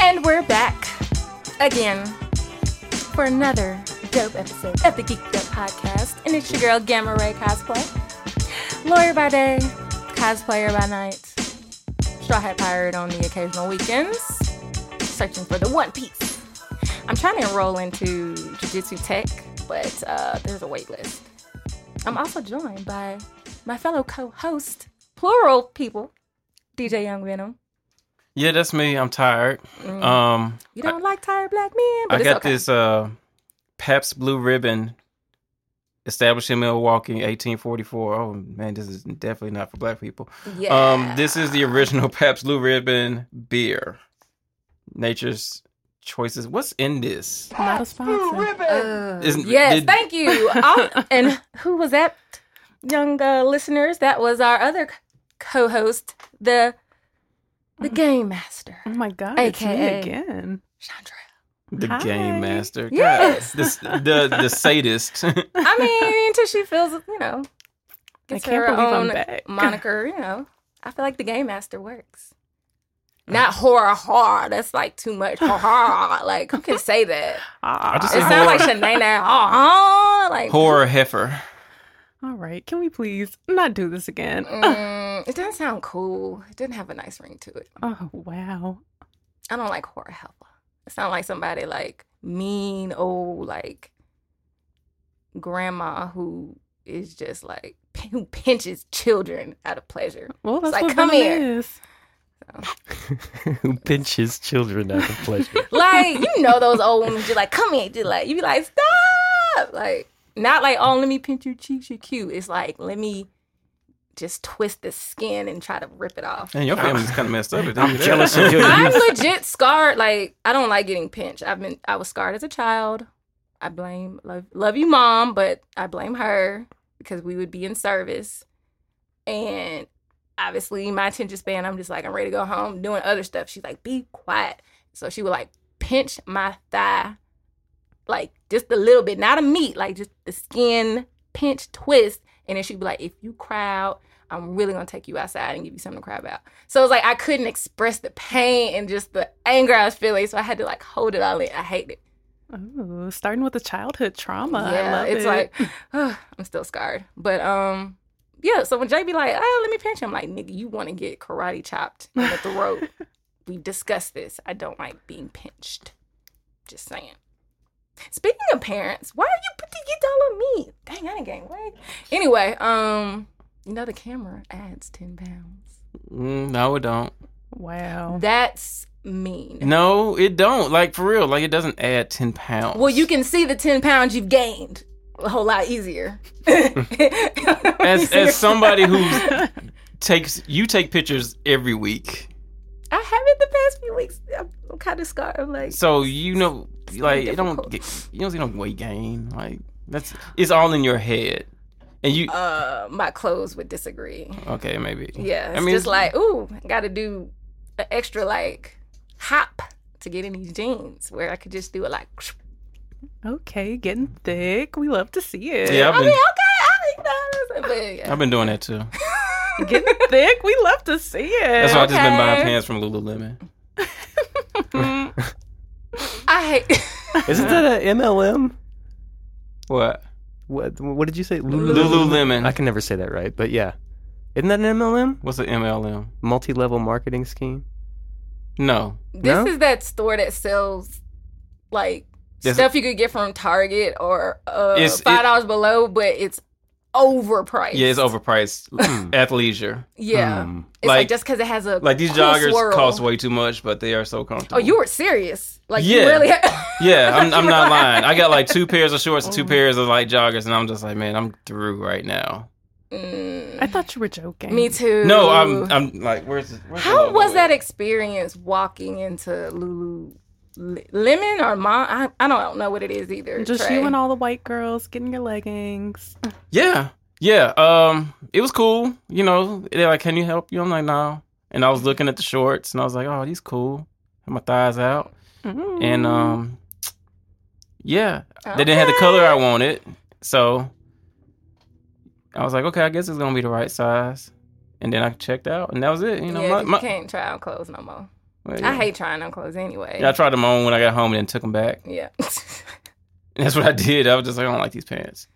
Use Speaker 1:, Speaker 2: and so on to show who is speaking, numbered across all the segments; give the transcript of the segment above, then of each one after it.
Speaker 1: And we're back again for another dope episode of the Geeked Up Podcast. And it's your girl, Gamma Ray Cosplay. Lawyer by day, cosplayer by night, straw hat pirate on the occasional weekends, searching for the one piece. I'm trying to enroll into Jiu-Jitsu Tech, but uh, there's a wait list. I'm also joined by my fellow co-host, plural people, DJ Young Venom.
Speaker 2: Yeah, that's me. I'm tired. Um,
Speaker 1: You don't like tired black men, Mm. but
Speaker 2: I
Speaker 1: it's
Speaker 2: got
Speaker 1: okay.
Speaker 2: this uh, Pabst Blue Ribbon established in Milwaukee, 1844. Oh man, this is definitely not for black people. Um, this is the original Pabst Blue Ribbon beer. Nature's choices. What's in this?
Speaker 1: not a sponsor. Uh,
Speaker 2: Isn't
Speaker 1: Yes,
Speaker 2: did-
Speaker 1: thank you. Um, and who was that, young uh, listeners? That was our other co-host, the the game master,
Speaker 3: Oh my god,
Speaker 1: AKA.
Speaker 3: it's me again.
Speaker 1: Chandra.
Speaker 2: the
Speaker 3: Hi.
Speaker 2: game master.
Speaker 1: Yes.
Speaker 2: God, this, the the sadist.
Speaker 1: I mean, until she feels, you know, gets
Speaker 3: can't
Speaker 1: her
Speaker 3: believe I'm
Speaker 1: own
Speaker 3: back.
Speaker 1: moniker. You know, I feel like the game master works. Not horror, horror. That's like too much horror. Like who can say that?
Speaker 3: Ah,
Speaker 2: just-
Speaker 1: It sounds like Shanae. Horror. Like
Speaker 2: Horror heifer.
Speaker 3: all right, can we please not do this again?
Speaker 1: Mm, it doesn't sound cool. It doesn't have a nice ring to it.
Speaker 3: Oh wow.
Speaker 1: I don't like horror helper. It sounds like somebody like mean old like grandma who is just like p- who pinches children out of pleasure.
Speaker 3: Well, that's
Speaker 1: like,
Speaker 3: what
Speaker 1: come
Speaker 3: come
Speaker 1: here.
Speaker 3: is.
Speaker 4: who pinches children out of pleasure.
Speaker 1: Like you know those old women just like come here, just like you be like stop, like not like oh let me pinch your cheeks, you're cute. It's like let me just twist the skin and try to rip it off.
Speaker 2: And your family's kind of messed up.
Speaker 4: I'm jealous of your
Speaker 1: I'm
Speaker 4: youth.
Speaker 1: legit scarred. Like I don't like getting pinched. I've been I was scarred as a child. I blame love love you mom, but I blame her because we would be in service. And obviously my attention span, I'm just like, I'm ready to go home doing other stuff. She's like, be quiet. So she would like pinch my thigh. Like just a little bit, not a meat, like just the skin pinch twist. And then she'd be like, if you cry out, I'm really gonna take you outside and give you something to cry about. So it was like I couldn't express the pain and just the anger I was feeling, so I had to like hold it all in. I hate it.
Speaker 3: Ooh, starting with the childhood trauma. I love
Speaker 1: it's
Speaker 3: it.
Speaker 1: like I'm still scarred. But um, yeah. So when Jay be like, "Oh, let me pinch him," I'm like, "Nigga, you want to get karate chopped in the throat? we discussed this. I don't like being pinched. Just saying." Speaking of parents, why are you putting it all on me? Dang, I done gained weight. Anyway, um, you know the camera adds ten pounds.
Speaker 2: Mm, no, it don't.
Speaker 3: wow.
Speaker 1: That's mean.
Speaker 2: No, it don't. Like for real. Like it doesn't add ten pounds.
Speaker 1: Well, you can see the 10 pounds you've gained a whole lot easier.
Speaker 2: as as somebody who takes you take pictures every week,
Speaker 1: I haven't the past few weeks. I'm, I'm kind of scarred. I'm like,
Speaker 2: so you know, like it don't
Speaker 1: difficult.
Speaker 2: get, you don't see no weight gain. Like that's it's all in your head, and you
Speaker 1: uh, my clothes would disagree.
Speaker 2: okay maybe
Speaker 1: Yeah, it's
Speaker 2: I mean
Speaker 1: just like, ooh, I got to do an extra like hop to get in these jeans where I could just do it like,
Speaker 3: Okay, getting thick. We love to see it.
Speaker 2: yeah I've
Speaker 1: I
Speaker 2: been
Speaker 1: mean, okay, I mean, but yeah.
Speaker 2: I've been doing that too.
Speaker 3: Getting thick. We love to see it.
Speaker 2: That's why I've just been
Speaker 1: Okay.
Speaker 2: buying pants from Lululemon.
Speaker 3: Mm.
Speaker 1: I hate
Speaker 4: Isn't that a MLM?
Speaker 2: What
Speaker 4: What What did you say?
Speaker 2: Lululemon?
Speaker 4: I can never say that right, but yeah. Isn't that an MLM?
Speaker 2: What's an MLM?
Speaker 4: Multi level marketing scheme?
Speaker 2: No,
Speaker 1: This
Speaker 4: No?
Speaker 1: is that store that sells like
Speaker 2: Yes.
Speaker 1: stuff you could get from Target or uh,
Speaker 2: It's- it-
Speaker 1: five dollars below, but it's overpriced.
Speaker 2: yeah, it's overpriced athleisure.
Speaker 1: Yeah,
Speaker 4: Mm.
Speaker 1: it's like,
Speaker 2: Like-
Speaker 1: just because it has a
Speaker 2: Like these
Speaker 1: cool
Speaker 2: joggers
Speaker 1: swirl.
Speaker 2: cost way too much, but they are so comfortable.
Speaker 1: Oh, you were serious. Like you
Speaker 2: Yeah.
Speaker 1: really.
Speaker 2: Yeah, I'm, I'm not lying. I got like two pairs of shorts and two pairs of like joggers, and I'm just like, man, I'm through right now.
Speaker 1: Mm,
Speaker 3: I thought you were joking.
Speaker 1: me too.
Speaker 2: No, I'm I'm like, where's, the- where's the
Speaker 1: How
Speaker 2: logo
Speaker 1: was
Speaker 2: at?
Speaker 1: that e-? experience walking into Lulu? Lemon or mom? I, I don't know what it is either.
Speaker 3: Just
Speaker 1: Trey.
Speaker 3: you and all the white girls getting your leggings.
Speaker 2: Yeah, yeah. Um, it was cool. You know, they're like, can you help you? I'm like, no. And I was looking at the shorts, and I was like, oh, these cool. Had my thighs out,
Speaker 3: Mm.
Speaker 2: and
Speaker 1: Hmm.
Speaker 2: um, yeah, they didn't have the color I wanted, so I was like, okay, I guess it's gonna be the right size. And then I checked out, and that was it. You know,
Speaker 1: yeah,
Speaker 2: my,
Speaker 1: 'cause
Speaker 2: my,
Speaker 1: you can't try on clothes no more.
Speaker 2: Well,
Speaker 1: I hate trying on clothes anyway.
Speaker 2: Yeah, I tried them on when I got home and then took them back.
Speaker 1: Yeah.
Speaker 2: And that's what I did. I was just like, I don't like these pants.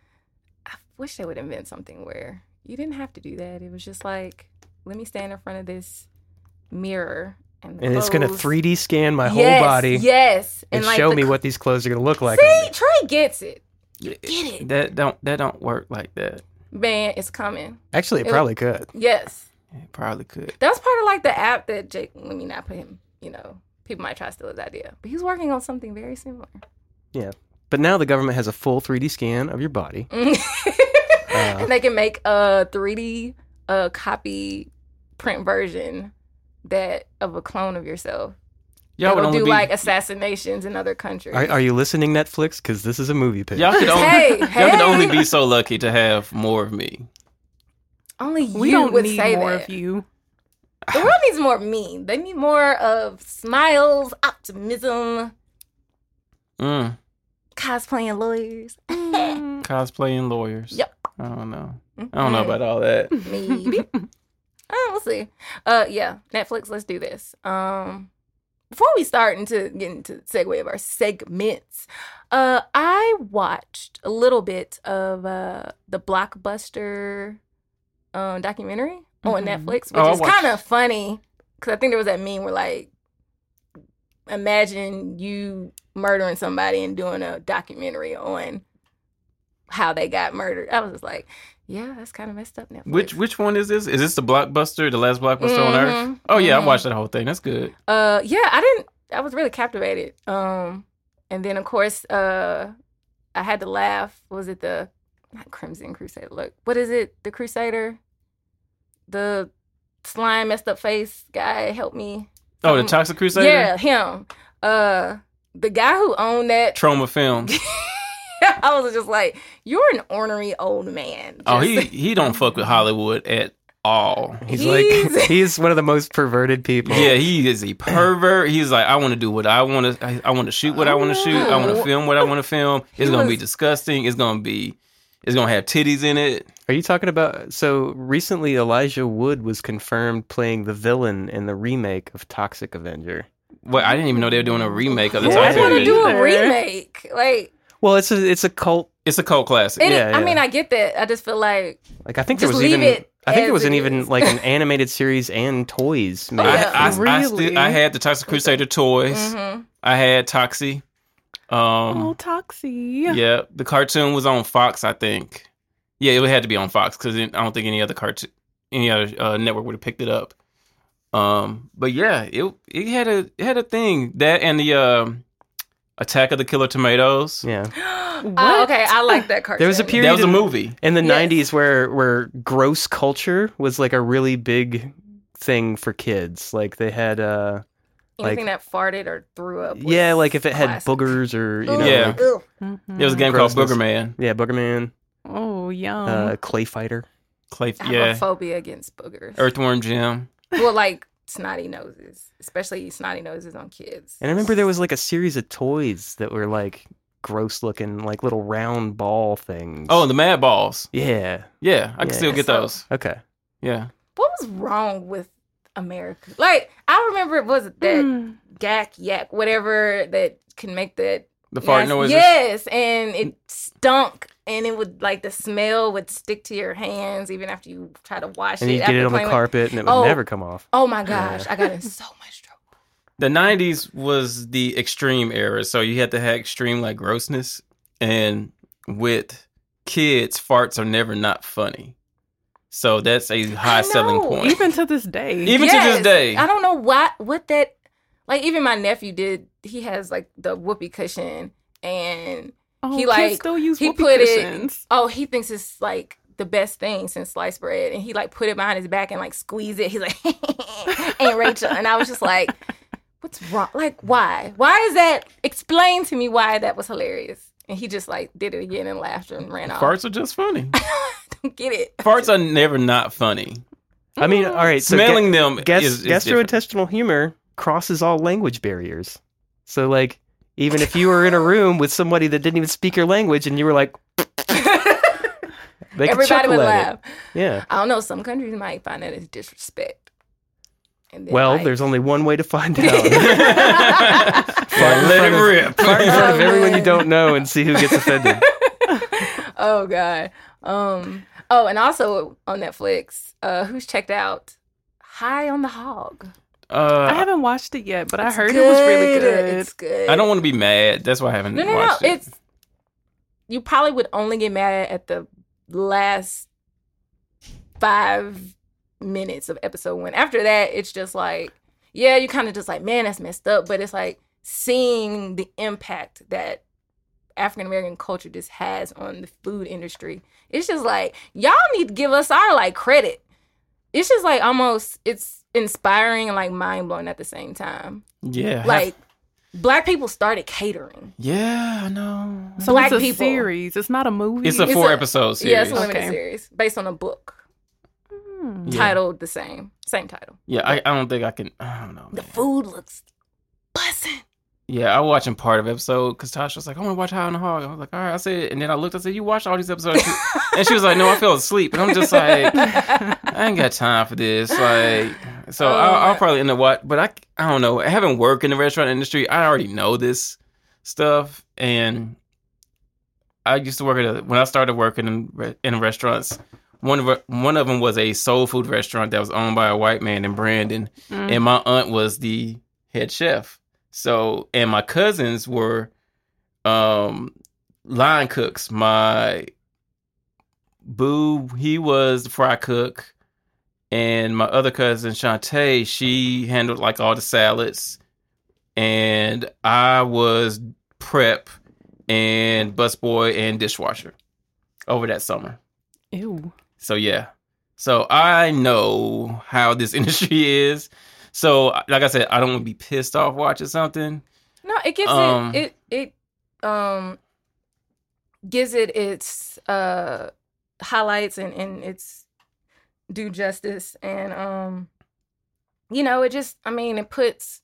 Speaker 1: I wish they would invent something where you didn't have to do that. It was just like, let me stand in front of this mirror and, the
Speaker 4: And it's gonna
Speaker 1: clothes-
Speaker 4: 3D scan my
Speaker 1: Yes,
Speaker 4: whole body
Speaker 1: Yes,
Speaker 4: and
Speaker 1: like,
Speaker 4: show
Speaker 1: the
Speaker 4: me
Speaker 1: cl-
Speaker 4: what these clothes are gonna look like. on
Speaker 1: See,
Speaker 4: me.
Speaker 1: Trey gets it.
Speaker 2: Get
Speaker 1: it.
Speaker 2: That don't that don't work like that.
Speaker 1: Man, it's coming.
Speaker 4: Actually, it
Speaker 1: It-
Speaker 4: probably could.
Speaker 1: Yes,
Speaker 2: It probably could.
Speaker 1: that was part of like the app that Jake. Let me not put him. You know, people might try to steal his idea, but he's working on something very similar.
Speaker 4: But now the government has a full 3D scan of your body.
Speaker 1: and they can make a 3D uh, copy print version that of a clone of yourself.
Speaker 2: Y'all would
Speaker 1: That'll
Speaker 2: only
Speaker 1: do
Speaker 2: be
Speaker 1: like assassinations in other countries.
Speaker 4: Are, are you listening, Netflix? Because this is a movie pitch.
Speaker 2: y'all could only
Speaker 1: hey,
Speaker 2: y'all
Speaker 1: hey,
Speaker 2: could only be so lucky to have more of me.
Speaker 1: only you
Speaker 3: We don't
Speaker 1: would
Speaker 3: need
Speaker 1: say
Speaker 3: more
Speaker 1: that.
Speaker 3: of you.
Speaker 1: The world needs more of me. They need more of smiles, optimism,
Speaker 2: Mm.
Speaker 1: cosplaying lawyers.
Speaker 3: Mm.
Speaker 2: Cosplaying lawyers.
Speaker 1: Yep.
Speaker 2: I don't know. I don't know about all that.
Speaker 1: Maybe. Oh, we'll see. Uh, yeah, Netflix. Let's do this. Um, before we start into getting into the segue of our segments, uh, I watched a little bit of uh the blockbuster um documentary on
Speaker 3: Mhm.
Speaker 1: Netflix, which
Speaker 2: Oh, I
Speaker 1: is
Speaker 2: watched-
Speaker 1: kind of funny because I think there was that meme where like, imagine you murdering somebody and doing a documentary on how they got murdered. I was just like, yeah, that's kind of messed up. Netflix.
Speaker 2: Which which one is this? Is this the blockbuster, the last blockbuster on earth?
Speaker 1: Mhm.
Speaker 2: Oh yeah,
Speaker 1: Mhm.
Speaker 2: I watched that whole thing. That's good.
Speaker 1: uh yeah i didn't i was really captivated um and then of course uh i had to laugh was it the not crimson crusader look what is it the crusader the slime messed up face guy help me
Speaker 2: Oh, the
Speaker 1: Mhm.
Speaker 2: Toxic Crusader?
Speaker 1: yeah him uh the guy who owned that
Speaker 2: Trauma Films.
Speaker 1: i was just like you're an ornery old man
Speaker 2: Oh, he
Speaker 1: Just-
Speaker 2: he don't fuck with Hollywood at all.
Speaker 4: He's,
Speaker 1: He's-
Speaker 4: like he's one of the most perverted people.
Speaker 2: Yeah, he is a pervert. He's like, I want to do what I want to. I, I want to shoot what I want to shoot. I want to
Speaker 1: Oh.
Speaker 2: film what I want to film. It's gonna be
Speaker 1: was-
Speaker 2: disgusting. It's gonna be. It's gonna have titties in it.
Speaker 4: Are you talking about? So recently, Elijah Wood was confirmed playing the villain in the remake of Toxic Avenger.
Speaker 2: Well, I didn't even know they were doing a remake of the
Speaker 1: Who
Speaker 3: I
Speaker 1: would
Speaker 2: Toxic
Speaker 1: want to
Speaker 3: didn't
Speaker 1: do
Speaker 2: Avenger.
Speaker 1: a
Speaker 3: either.
Speaker 1: remake like
Speaker 4: Well, it's a it's a cult.
Speaker 2: It's a cult classic.
Speaker 1: it,
Speaker 4: Yeah,
Speaker 1: i
Speaker 4: yeah.
Speaker 1: mean i get that i just feel like
Speaker 4: Like I think there
Speaker 1: Just
Speaker 4: was
Speaker 1: leave
Speaker 4: even
Speaker 1: it
Speaker 4: I think
Speaker 1: as
Speaker 4: there was an
Speaker 1: it
Speaker 4: even
Speaker 1: is. Oh,
Speaker 4: like an animated series and toys. Made.
Speaker 1: yeah.
Speaker 2: I, I, I, still-
Speaker 3: Really?
Speaker 2: I had the Toxic Crusader toys.
Speaker 1: mhm.
Speaker 2: I had Toxie.
Speaker 3: oh,
Speaker 2: Um,
Speaker 3: Toxie.
Speaker 2: yeah, the cartoon was on Fox, I think. Yeah, it had to be on Fox because I don't think any other cartoon, any other uh, network would have picked it up. Um, but yeah, it it had a it had a thing that and the um, Attack of the Killer Tomatoes.
Speaker 4: yeah.
Speaker 1: oh, okay, I like that cartoon.
Speaker 4: There was a period
Speaker 2: That was a
Speaker 4: in-
Speaker 2: movie.
Speaker 4: in the
Speaker 1: Yes.
Speaker 4: 90s where where gross culture was like a really big thing for kids like they had uh
Speaker 1: anything that farted or threw up. was
Speaker 4: yeah like if it had
Speaker 1: classic. Oh,
Speaker 4: boogers or you know
Speaker 1: Ugh,
Speaker 2: Yeah.
Speaker 4: like-
Speaker 1: ugh.
Speaker 3: Mhm.
Speaker 2: There was a game called
Speaker 4: Grossness.
Speaker 2: Booger Man.
Speaker 4: yeah boogerman
Speaker 3: Oh, yum.
Speaker 1: Uh-huh.
Speaker 4: uh clay fighter
Speaker 2: Clay,
Speaker 1: I have a
Speaker 2: yeah,
Speaker 1: phobia against boogers.
Speaker 2: Earthworm Jim.
Speaker 1: well, like snotty noses, especially snotty noses on kids.
Speaker 4: and i remember there was like a series of toys that were like gross looking like little round ball things
Speaker 2: Oh, and the Mad Balls.
Speaker 4: yeah
Speaker 2: Yeah, I can still
Speaker 4: Yeah.
Speaker 2: get those.
Speaker 4: okay
Speaker 2: Yeah,
Speaker 1: what was wrong with America? Like I remember it was that
Speaker 3: Mm.
Speaker 1: gack yak, whatever that can make that
Speaker 2: the fart
Speaker 1: nasty-
Speaker 2: noises.
Speaker 1: Yes, and it stunk. And it would like the smell would stick to your hands even after you try to wash
Speaker 4: and
Speaker 1: it.
Speaker 4: you'd get
Speaker 1: after
Speaker 4: it on the
Speaker 1: playing with-
Speaker 4: carpet and it would
Speaker 1: Oh.
Speaker 4: never come off
Speaker 1: Oh my gosh, I got in so much trouble.
Speaker 2: the 90s was the extreme era so you had to have extreme like grossness and with kids farts are never not funny so that's a high selling
Speaker 1: know.
Speaker 2: point
Speaker 3: Even to this day.
Speaker 2: Even to this day.
Speaker 1: I don't know why what that like even my nephew did he has like the whoopee cushion and
Speaker 3: oh,
Speaker 1: he,
Speaker 3: kids
Speaker 1: like-
Speaker 3: still use
Speaker 1: he
Speaker 3: whoopee
Speaker 1: put it-
Speaker 3: cushions.
Speaker 1: oh he thinks it's like the best thing since sliced bread and he like put it behind his back and like squeeze it. He's like Aunt Rachel and I was just like what's wrong like why? Why is that explain to me why that was hilarious. And he just like did it again and laughed and ran off.
Speaker 2: farts are just funny
Speaker 1: Don't get it.
Speaker 2: farts are never not funny
Speaker 4: i mean
Speaker 1: Mm-hmm.
Speaker 3: Mm.
Speaker 2: uh,
Speaker 4: all right so
Speaker 2: smelling them
Speaker 4: Gas-
Speaker 2: is, is different.
Speaker 4: gastrointestinal humor crosses all language barriers. So, like, even if you were in a room with somebody that didn't even speak your language and you were like, they could
Speaker 1: Everybody
Speaker 4: chuckle
Speaker 1: would
Speaker 4: at
Speaker 1: laugh.
Speaker 4: it. Yeah.
Speaker 1: I don't know. Some countries might find that as disrespect. And then,
Speaker 4: Well,
Speaker 1: like-
Speaker 4: there's only one way to find out.
Speaker 2: Yeah, let it rip.
Speaker 4: Fart in front of
Speaker 1: Oh,
Speaker 4: everyone you
Speaker 1: man.
Speaker 4: don't know and see who gets offended.
Speaker 1: oh god. Um. Oh, and also on Netflix, uh, who's checked out? High on the Hog.
Speaker 3: I
Speaker 2: Uh,
Speaker 3: haven't watched it yet, but I
Speaker 1: It's
Speaker 3: heard it was really good.
Speaker 1: It's good.
Speaker 2: I don't want to be mad. That's why I haven't
Speaker 1: No, no, no.
Speaker 2: watched it.
Speaker 1: It's you probably would only get mad at the last five minutes of episode one. After that, it's just like, yeah, you kind of just like, man, that's messed up. But it's like seeing the impact that African American culture just has on the food industry. It's just like y'all need to give us our like credit. It's just like almost it's inspiring and like mind blowing at the same time.
Speaker 2: yeah, have-
Speaker 1: Like black people started catering.
Speaker 2: yeah, I know.
Speaker 3: So
Speaker 1: Black
Speaker 3: it's a
Speaker 1: people.
Speaker 3: series. It's not a movie.
Speaker 2: It's a
Speaker 1: It's
Speaker 2: four
Speaker 1: a-
Speaker 2: episode series.
Speaker 1: Yeah, it's a limited
Speaker 3: Okay.
Speaker 1: series based on a book
Speaker 3: Hmm.
Speaker 2: Yeah.
Speaker 1: titled the same, same title.
Speaker 2: Yeah, I, I don't think I can. I don't know.
Speaker 1: The
Speaker 2: man.
Speaker 1: food looks buzzing.
Speaker 2: Yeah, I was watching part of episode because Tasha was like, "I want to watch High on the Hog." I was like, "All right," I said, and then I looked. I said, "You watched all these episodes?" and she was like, "No, I fell asleep." And I'm just like, I ain't got time for this. Like, so
Speaker 1: Oh,
Speaker 2: I'll, I'll
Speaker 1: my-
Speaker 2: probably end up what, but I, I don't know. Having worked in the restaurant industry, I already know this stuff, and I used to work at a, when I started working in re- in restaurants. One of our- one of them was a soul food restaurant that was owned by a white man in Brandon,
Speaker 3: Mm.
Speaker 2: and my aunt was the head chef. So, and my cousins were um line cooks. My boo, he was the fry cook, and my other cousin Shantae, she handled like all the salads, and I was prep and busboy and dishwasher over that summer.
Speaker 3: Ew.
Speaker 2: So yeah. So I know how this industry is. So like I said, I don't want to be pissed off watching something.
Speaker 1: No, it gives
Speaker 2: Um,
Speaker 1: it it it um gives it its uh highlights and and its due justice and um you know it just I mean it puts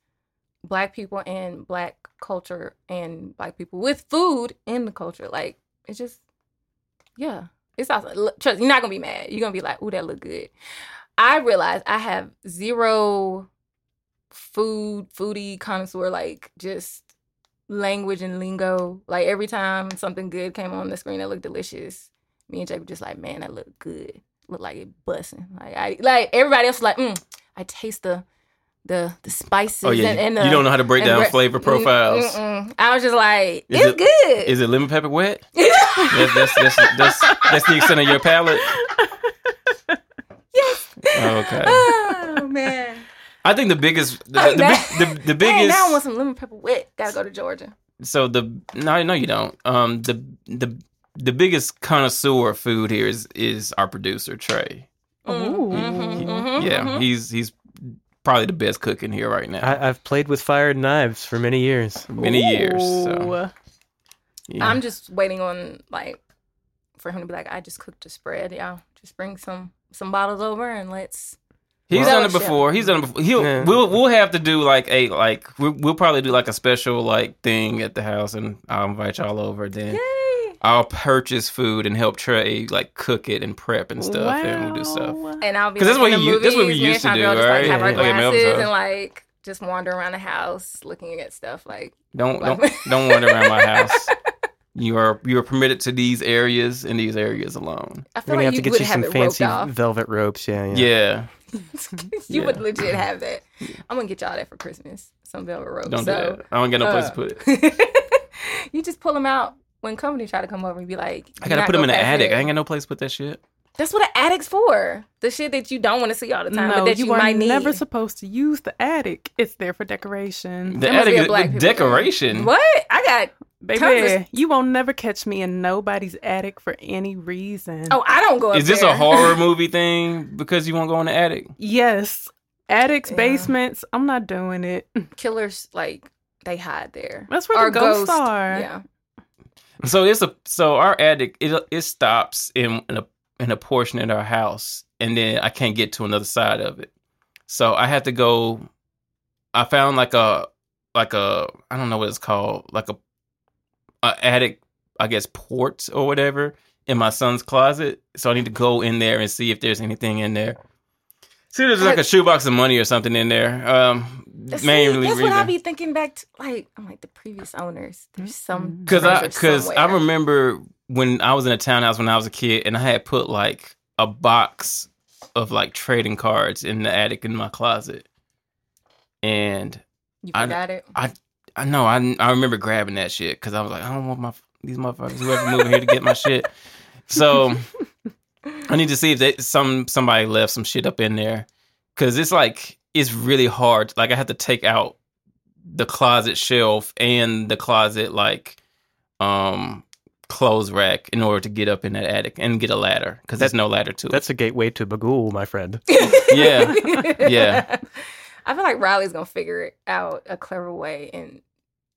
Speaker 1: black people and black culture and black people with food in the culture like it's just yeah it's awesome Look, trust you're not gonna be mad you're gonna be like ooh that look good I realize I have zero food foodie connoisseur like just language and lingo like every time something good came on the screen that looked delicious me and jake were just like man that looked good looked like it busting like i like everybody else was like mm, i taste the the the spices
Speaker 2: Oh yeah,
Speaker 1: and,
Speaker 2: you-
Speaker 1: and
Speaker 2: you,
Speaker 1: the,
Speaker 2: don't know how to break
Speaker 1: and
Speaker 2: down
Speaker 1: re-
Speaker 2: flavor
Speaker 1: Mm,
Speaker 2: profiles.
Speaker 1: mm-mm. i was just like
Speaker 2: Is
Speaker 1: it's good
Speaker 2: Is it lemon pepper wet? That's that's that's, that's, that's the extent of your palate.
Speaker 1: yes
Speaker 2: Okay.
Speaker 1: oh man
Speaker 2: I think the biggest the,
Speaker 1: Hey,
Speaker 2: the,
Speaker 1: that-
Speaker 2: the, the, the
Speaker 1: Dang, Oh, now i want
Speaker 2: biggest
Speaker 1: some lemon pepper wet gotta go to georgia
Speaker 2: so the no no you don't um the the the biggest connoisseur of food here is is our producer Trey.
Speaker 4: Mm-hmm.
Speaker 3: Ooh.
Speaker 1: mhm, mhm,
Speaker 2: yeah,
Speaker 1: mhm.
Speaker 2: he's he's probably the best cook in here right now.
Speaker 4: I, I've played with fire and knives for many years.
Speaker 2: many years. So,
Speaker 3: Ooh.
Speaker 2: yeah.
Speaker 1: I'm just waiting on like for him to be like, I just cooked a spread, y'all. Just bring some some bottles over and let's.
Speaker 2: he's
Speaker 1: Well-
Speaker 2: done it before. He's done it before. He'll
Speaker 4: Yeah.
Speaker 2: we'll we'll have to do like a like we'll, we'll probably do like a special like thing at the house, and I'll invite y'all over. Then
Speaker 1: Yay!
Speaker 2: I'll purchase food and help Trey like cook it and prep and stuff, and we'll do stuff.
Speaker 3: Wow.
Speaker 1: And I'll be
Speaker 2: 'Cause
Speaker 1: like,
Speaker 2: that's what
Speaker 1: in the
Speaker 2: you-
Speaker 1: movies,
Speaker 2: that's what
Speaker 1: me
Speaker 2: we
Speaker 1: and
Speaker 2: used to do,
Speaker 1: Chandra will just, like,
Speaker 2: right?
Speaker 1: Have our
Speaker 2: Yeah. Like in Mel's
Speaker 1: glasses
Speaker 2: house.
Speaker 1: and like just wander around the house looking at stuff like.
Speaker 2: Don't
Speaker 1: Like-
Speaker 2: don't don't wander around my house. You are you are permitted to these areas and these areas alone.
Speaker 1: I feel
Speaker 4: We're gonna
Speaker 1: like
Speaker 4: have
Speaker 1: you
Speaker 4: to get
Speaker 1: would
Speaker 4: you
Speaker 1: have
Speaker 4: some
Speaker 1: it
Speaker 4: fancy
Speaker 1: roped off.
Speaker 4: velvet ropes. Yeah, yeah.
Speaker 2: Yeah.
Speaker 1: you would legit have that. I'm gonna get y'all that for Christmas. Some velvet rope.
Speaker 2: Don't
Speaker 1: so,
Speaker 2: do that. I don't got no place
Speaker 1: uh,
Speaker 2: to put it.
Speaker 1: you just pull them out when company try to come over and be like,
Speaker 2: I gotta
Speaker 1: "Not
Speaker 2: put them in
Speaker 1: go
Speaker 2: the
Speaker 1: past
Speaker 2: attic.
Speaker 1: here."
Speaker 2: I ain't got no place to put that shit.
Speaker 1: That's what an addict's for. The shit that you don't want to see all the time, but
Speaker 3: No,
Speaker 1: that you,
Speaker 3: you, are
Speaker 1: might need.
Speaker 3: never supposed to use the attic. It's there for decoration.
Speaker 2: The
Speaker 1: must be a
Speaker 2: attic,
Speaker 1: black
Speaker 2: the
Speaker 1: people thing.
Speaker 2: decoration.
Speaker 1: What? I got.
Speaker 3: Baby,
Speaker 1: Tons of-
Speaker 3: you won't never catch me in nobody's attic for any reason.
Speaker 1: Oh, I don't go. Up
Speaker 2: Is this
Speaker 1: there.
Speaker 2: a horror movie thing? Because you won't go in the attic.
Speaker 3: Yes. Attics,
Speaker 1: Yeah.
Speaker 3: basements, I'm not doing it.
Speaker 1: Killers like they hide there.
Speaker 3: That's where the ghosts are.
Speaker 1: Yeah.
Speaker 2: So it's a so our attic it it stops in in a in a portion in our house, and then I can't get to another side of it. So I had to go. I found like a like a I don't know what it's called like a, a attic I guess port or whatever in my son's closet. So I need to go in there and see if there's anything in there. See, there's like a shoebox of money or something in there. Um,
Speaker 1: See,
Speaker 2: mainly
Speaker 1: that's what I
Speaker 2: reason
Speaker 1: be thinking back to. Like I'm like the previous owners. There's some
Speaker 2: because I because
Speaker 1: because
Speaker 2: I remember when I was in a townhouse when I was a kid, and I had put like a box of like trading cards in the attic in my closet, and
Speaker 1: you
Speaker 2: I-
Speaker 1: forgot it.
Speaker 2: I know I I remember grabbing that shit because I was like, I don't want my these motherfuckers whoever moving here to get my shit. So I need to see if they, some somebody left some shit up in there because it's like it's really hard. Like I have to take out the closet shelf and the closet like um clothes rack in order to get up in that attic and get a ladder because there's no ladder to it.
Speaker 4: That's a gateway to Bagul, my friend.
Speaker 2: Yeah, yeah.
Speaker 1: I feel like Riley's gonna figure it out a clever way, and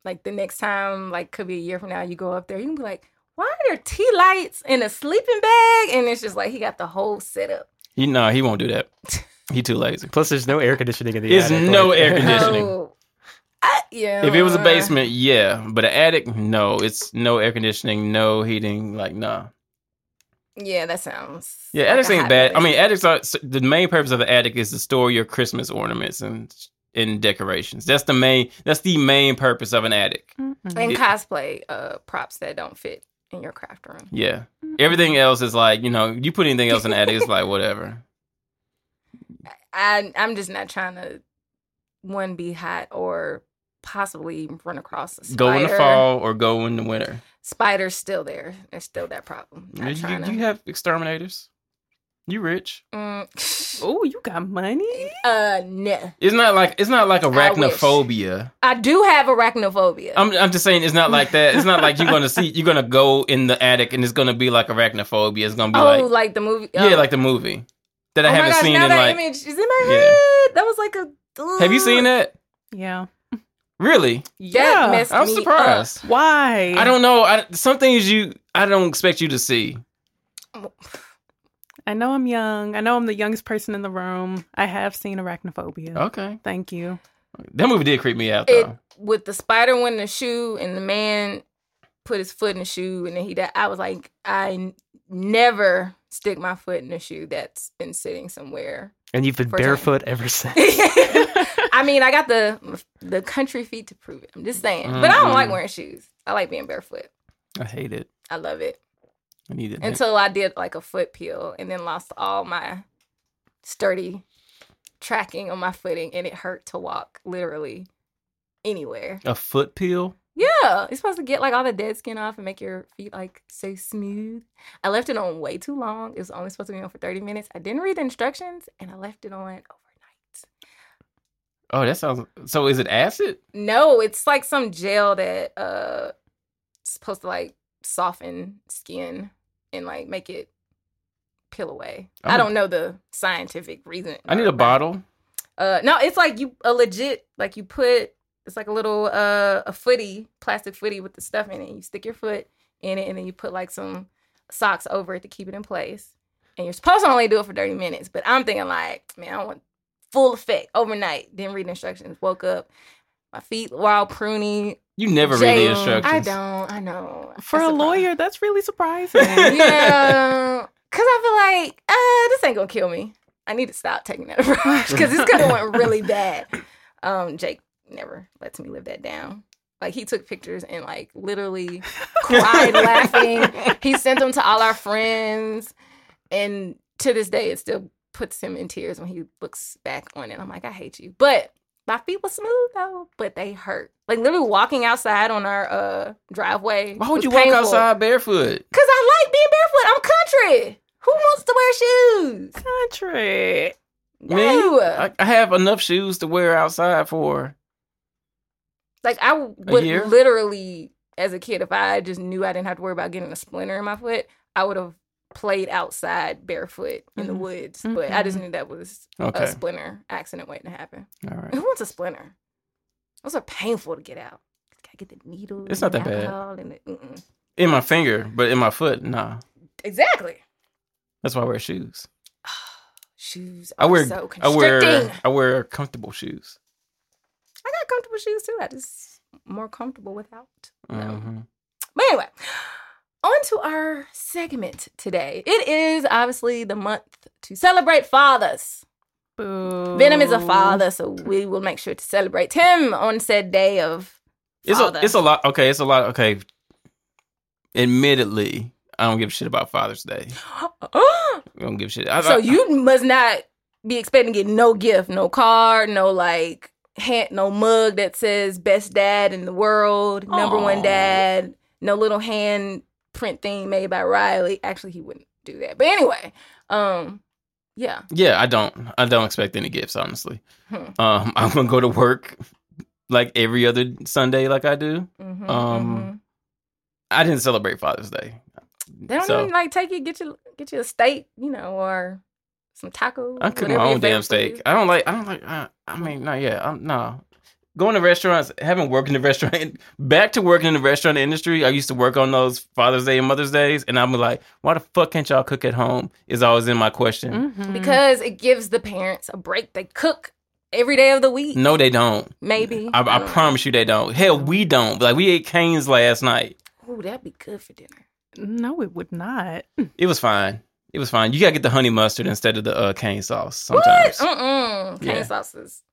Speaker 1: like the next time, like could be a year from now, you go up there, you can be like, "Why are there tea lights in a sleeping bag?" And it's just like he got the whole setup.
Speaker 2: You know he won't do that. He too lazy.
Speaker 4: Plus, there's no air conditioning in the
Speaker 2: There's
Speaker 4: attic.
Speaker 2: no air conditioning.
Speaker 1: So, I, yeah.
Speaker 2: If it was a basement, yeah, but an attic, no. It's no air conditioning, no heating. Like, nah.
Speaker 1: yeah, that sounds.
Speaker 2: Yeah,
Speaker 1: like
Speaker 2: attics
Speaker 1: a
Speaker 2: ain't
Speaker 1: hot
Speaker 2: bad. I
Speaker 1: building.
Speaker 2: mean, attics are s- the main purpose of the attic is to store your Christmas ornaments and and decorations. That's the main. That's the main purpose of an attic.
Speaker 1: and
Speaker 2: it-
Speaker 1: cosplay uh, props that don't fit in your craft room.
Speaker 2: Yeah.
Speaker 1: Mm-hmm.
Speaker 2: Everything else is like you know, you put anything else in the attic, it's like whatever.
Speaker 1: I I'm just not trying to one be hot or possibly run across a spider.
Speaker 2: Go in the fall or go in the winter.
Speaker 1: Spider's still there. There's still that problem. Not
Speaker 2: You,
Speaker 1: trying to.
Speaker 2: you have exterminators. You rich.
Speaker 1: Mm,
Speaker 3: Oh, you got money?
Speaker 2: Oh.
Speaker 1: uh, no.
Speaker 2: It's not like it's not like
Speaker 1: wish.
Speaker 2: arachnophobia.
Speaker 1: I do have arachnophobia.
Speaker 2: I'm I'm just saying it's not like that. It's not like you're gonna see you're gonna go in the attic and it's gonna be like arachnophobia. It's gonna be
Speaker 1: oh,
Speaker 2: like,
Speaker 1: like, the movie.
Speaker 2: yeah, like the movie that
Speaker 1: oh
Speaker 2: I
Speaker 1: my
Speaker 2: haven't
Speaker 1: gosh,
Speaker 2: seen
Speaker 1: now
Speaker 2: in
Speaker 1: that
Speaker 2: like.
Speaker 1: image is in my
Speaker 2: Yeah.
Speaker 1: head. That was like a.
Speaker 2: Have you seen that?
Speaker 3: Yeah.
Speaker 2: Really?
Speaker 1: That messed
Speaker 2: I'm
Speaker 1: me
Speaker 2: surprised.
Speaker 3: Why?
Speaker 2: I don't know. I, some things you I don't expect you to see.
Speaker 3: I know I'm young. I know I'm the youngest person in the room. I have seen arachnophobia.
Speaker 2: Okay,
Speaker 3: Thank you.
Speaker 2: that movie did creep me out
Speaker 1: It-
Speaker 2: though.
Speaker 1: with the spider went in the shoe and the man put his foot in the shoe and then he died. I was like, I n- never stick my foot in a shoe that's been sitting somewhere.
Speaker 4: And you've been
Speaker 1: For time.
Speaker 4: barefoot ever since.
Speaker 1: I mean, I got the the country feet to prove it. I'm just saying, but I don't like
Speaker 2: Mhm.
Speaker 1: wearing shoes. I like being barefoot.
Speaker 2: I hate it.
Speaker 1: I love it.
Speaker 2: I need it.
Speaker 1: Until I did like a foot peel and then lost all my sturdy tracking on my footing and it hurt to walk literally anywhere.
Speaker 2: a foot peel.
Speaker 1: Yeah, it's supposed to get like all the dead skin off and make your feet like so smooth. I left it on way too long. It was only supposed to be on for 30 minutes. I didn't read the instructions and I left it on overnight.
Speaker 2: Oh, that sounds. So is it acid?
Speaker 1: No, it's like some gel that uh it's supposed to like soften skin and like make it peel away.
Speaker 2: I'm
Speaker 1: I
Speaker 2: a-
Speaker 1: don't know the scientific reason.
Speaker 2: I need
Speaker 1: or-
Speaker 2: a bottle.
Speaker 1: Uh no, it's like you a legit like you put it's like a little uh a footy, plastic footy with the stuff in it. You stick your foot in it and then you put like some socks over it to keep it in place. And you're supposed to only do it for 30 minutes, but I'm thinking like, man, I want full effect overnight. Didn't read the instructions, woke up, my feet were all pruny.
Speaker 2: You never read the
Speaker 3: Jalen,
Speaker 2: instructions.
Speaker 1: I don't, I know.
Speaker 3: For
Speaker 1: That's
Speaker 3: a
Speaker 1: the
Speaker 3: lawyer, that's really surprising.
Speaker 1: problem. yeah. Cause I feel like, uh, this ain't gonna kill me. I need to stop taking that approach because it's gonna went really bad. Um, Jake never lets me live that down. Like he took pictures and like literally cried laughing. He sent them to all our friends, and to this day, it still puts him in tears when he looks back on it. I'm like, I hate you, but my feet were smooth though, but they hurt. Like literally walking outside on our uh driveway.
Speaker 2: Why would
Speaker 1: was
Speaker 2: you walk
Speaker 1: painful.
Speaker 2: outside barefoot?
Speaker 1: Cause I like being barefoot. I'm country. Who wants to wear shoes?
Speaker 3: Country.
Speaker 1: No.
Speaker 2: Me? I, I have enough shoes to wear outside for.
Speaker 1: Like I would
Speaker 2: year?
Speaker 1: literally, as a kid, if I just knew I didn't have to worry about getting a splinter in my foot, I would have played outside barefoot in the
Speaker 3: Mhm.
Speaker 1: woods. But I just
Speaker 3: Mhm.
Speaker 1: knew that was
Speaker 2: Mm-hmm. Okay.
Speaker 1: a splinter accident waiting to happen.
Speaker 2: All right.
Speaker 1: Who wants a splinter? Those are painful to get out. Gotta get the needle. and
Speaker 2: It's not that
Speaker 1: the
Speaker 2: bad.
Speaker 1: alcohol And the, mm-mm.
Speaker 2: In my finger, but in my foot, nah.
Speaker 1: exactly.
Speaker 2: That's why I wear shoes.
Speaker 1: Shoes.
Speaker 2: I
Speaker 1: Are
Speaker 2: wear
Speaker 1: so
Speaker 2: I
Speaker 1: constricting.
Speaker 2: wear I wear comfortable shoes.
Speaker 1: I got comfortable shoes too. I just more comfortable without. them.
Speaker 2: Mhm.
Speaker 1: But anyway, on to our segment today. It is obviously the month to celebrate fathers.
Speaker 3: Boo.
Speaker 1: Venom
Speaker 2: Mm.
Speaker 1: is a father, so we will make sure to celebrate him on said day of.
Speaker 2: It's
Speaker 1: father.
Speaker 2: a it's a lot. Okay, it's a lot. Okay, admittedly, I don't give a shit about Father's Day. I don't give a shit. I,
Speaker 1: so
Speaker 2: I-
Speaker 1: you must not be expecting to get no gift, no card, no like hand, no mug that says "best dad in the world," number
Speaker 2: Aw.
Speaker 1: one dad, no little hand print thing made by Riley. Actually, he wouldn't do that. But anyway, um, yeah,
Speaker 2: yeah, I don't. I don't expect any gifts, honestly.
Speaker 1: Hmm.
Speaker 2: Um, I'm gonna go to work like every other Sunday, like I do.
Speaker 1: hmm
Speaker 2: Um, I didn't celebrate Father's Day.
Speaker 1: they don't
Speaker 2: so-
Speaker 1: even like take you get you get you a steak, you know, or some tacos.
Speaker 2: I cook
Speaker 1: whatever
Speaker 2: my
Speaker 1: your
Speaker 2: own damn
Speaker 1: favorite food
Speaker 2: steak.
Speaker 1: is.
Speaker 2: I don't like. I don't like. I, I mean, no, yeah, I'm, no. Going to restaurants, having work in the restaurant, back to working in the restaurant industry. I used to work on those Father's Day and Mother's Days, and I'm like, why the fuck can't y'all cook at home? Is always in my
Speaker 1: Mm.
Speaker 2: question.
Speaker 3: Mhm.
Speaker 1: Because it gives the parents a break. They cook every day of the week.
Speaker 2: No, they don't.
Speaker 1: Maybe.
Speaker 2: I, I
Speaker 1: don't know.
Speaker 2: promise you, they don't. Hell, we don't. Like we ate Canes last night.
Speaker 1: Ooh, that'd be good for dinner.
Speaker 3: no, it would not.
Speaker 2: It was fine. It was fine. You gotta get the honey mustard instead of the uh, cane sauce sometimes.
Speaker 1: What? Oh Mm-mm. Cane
Speaker 2: Yeah.
Speaker 1: sauces.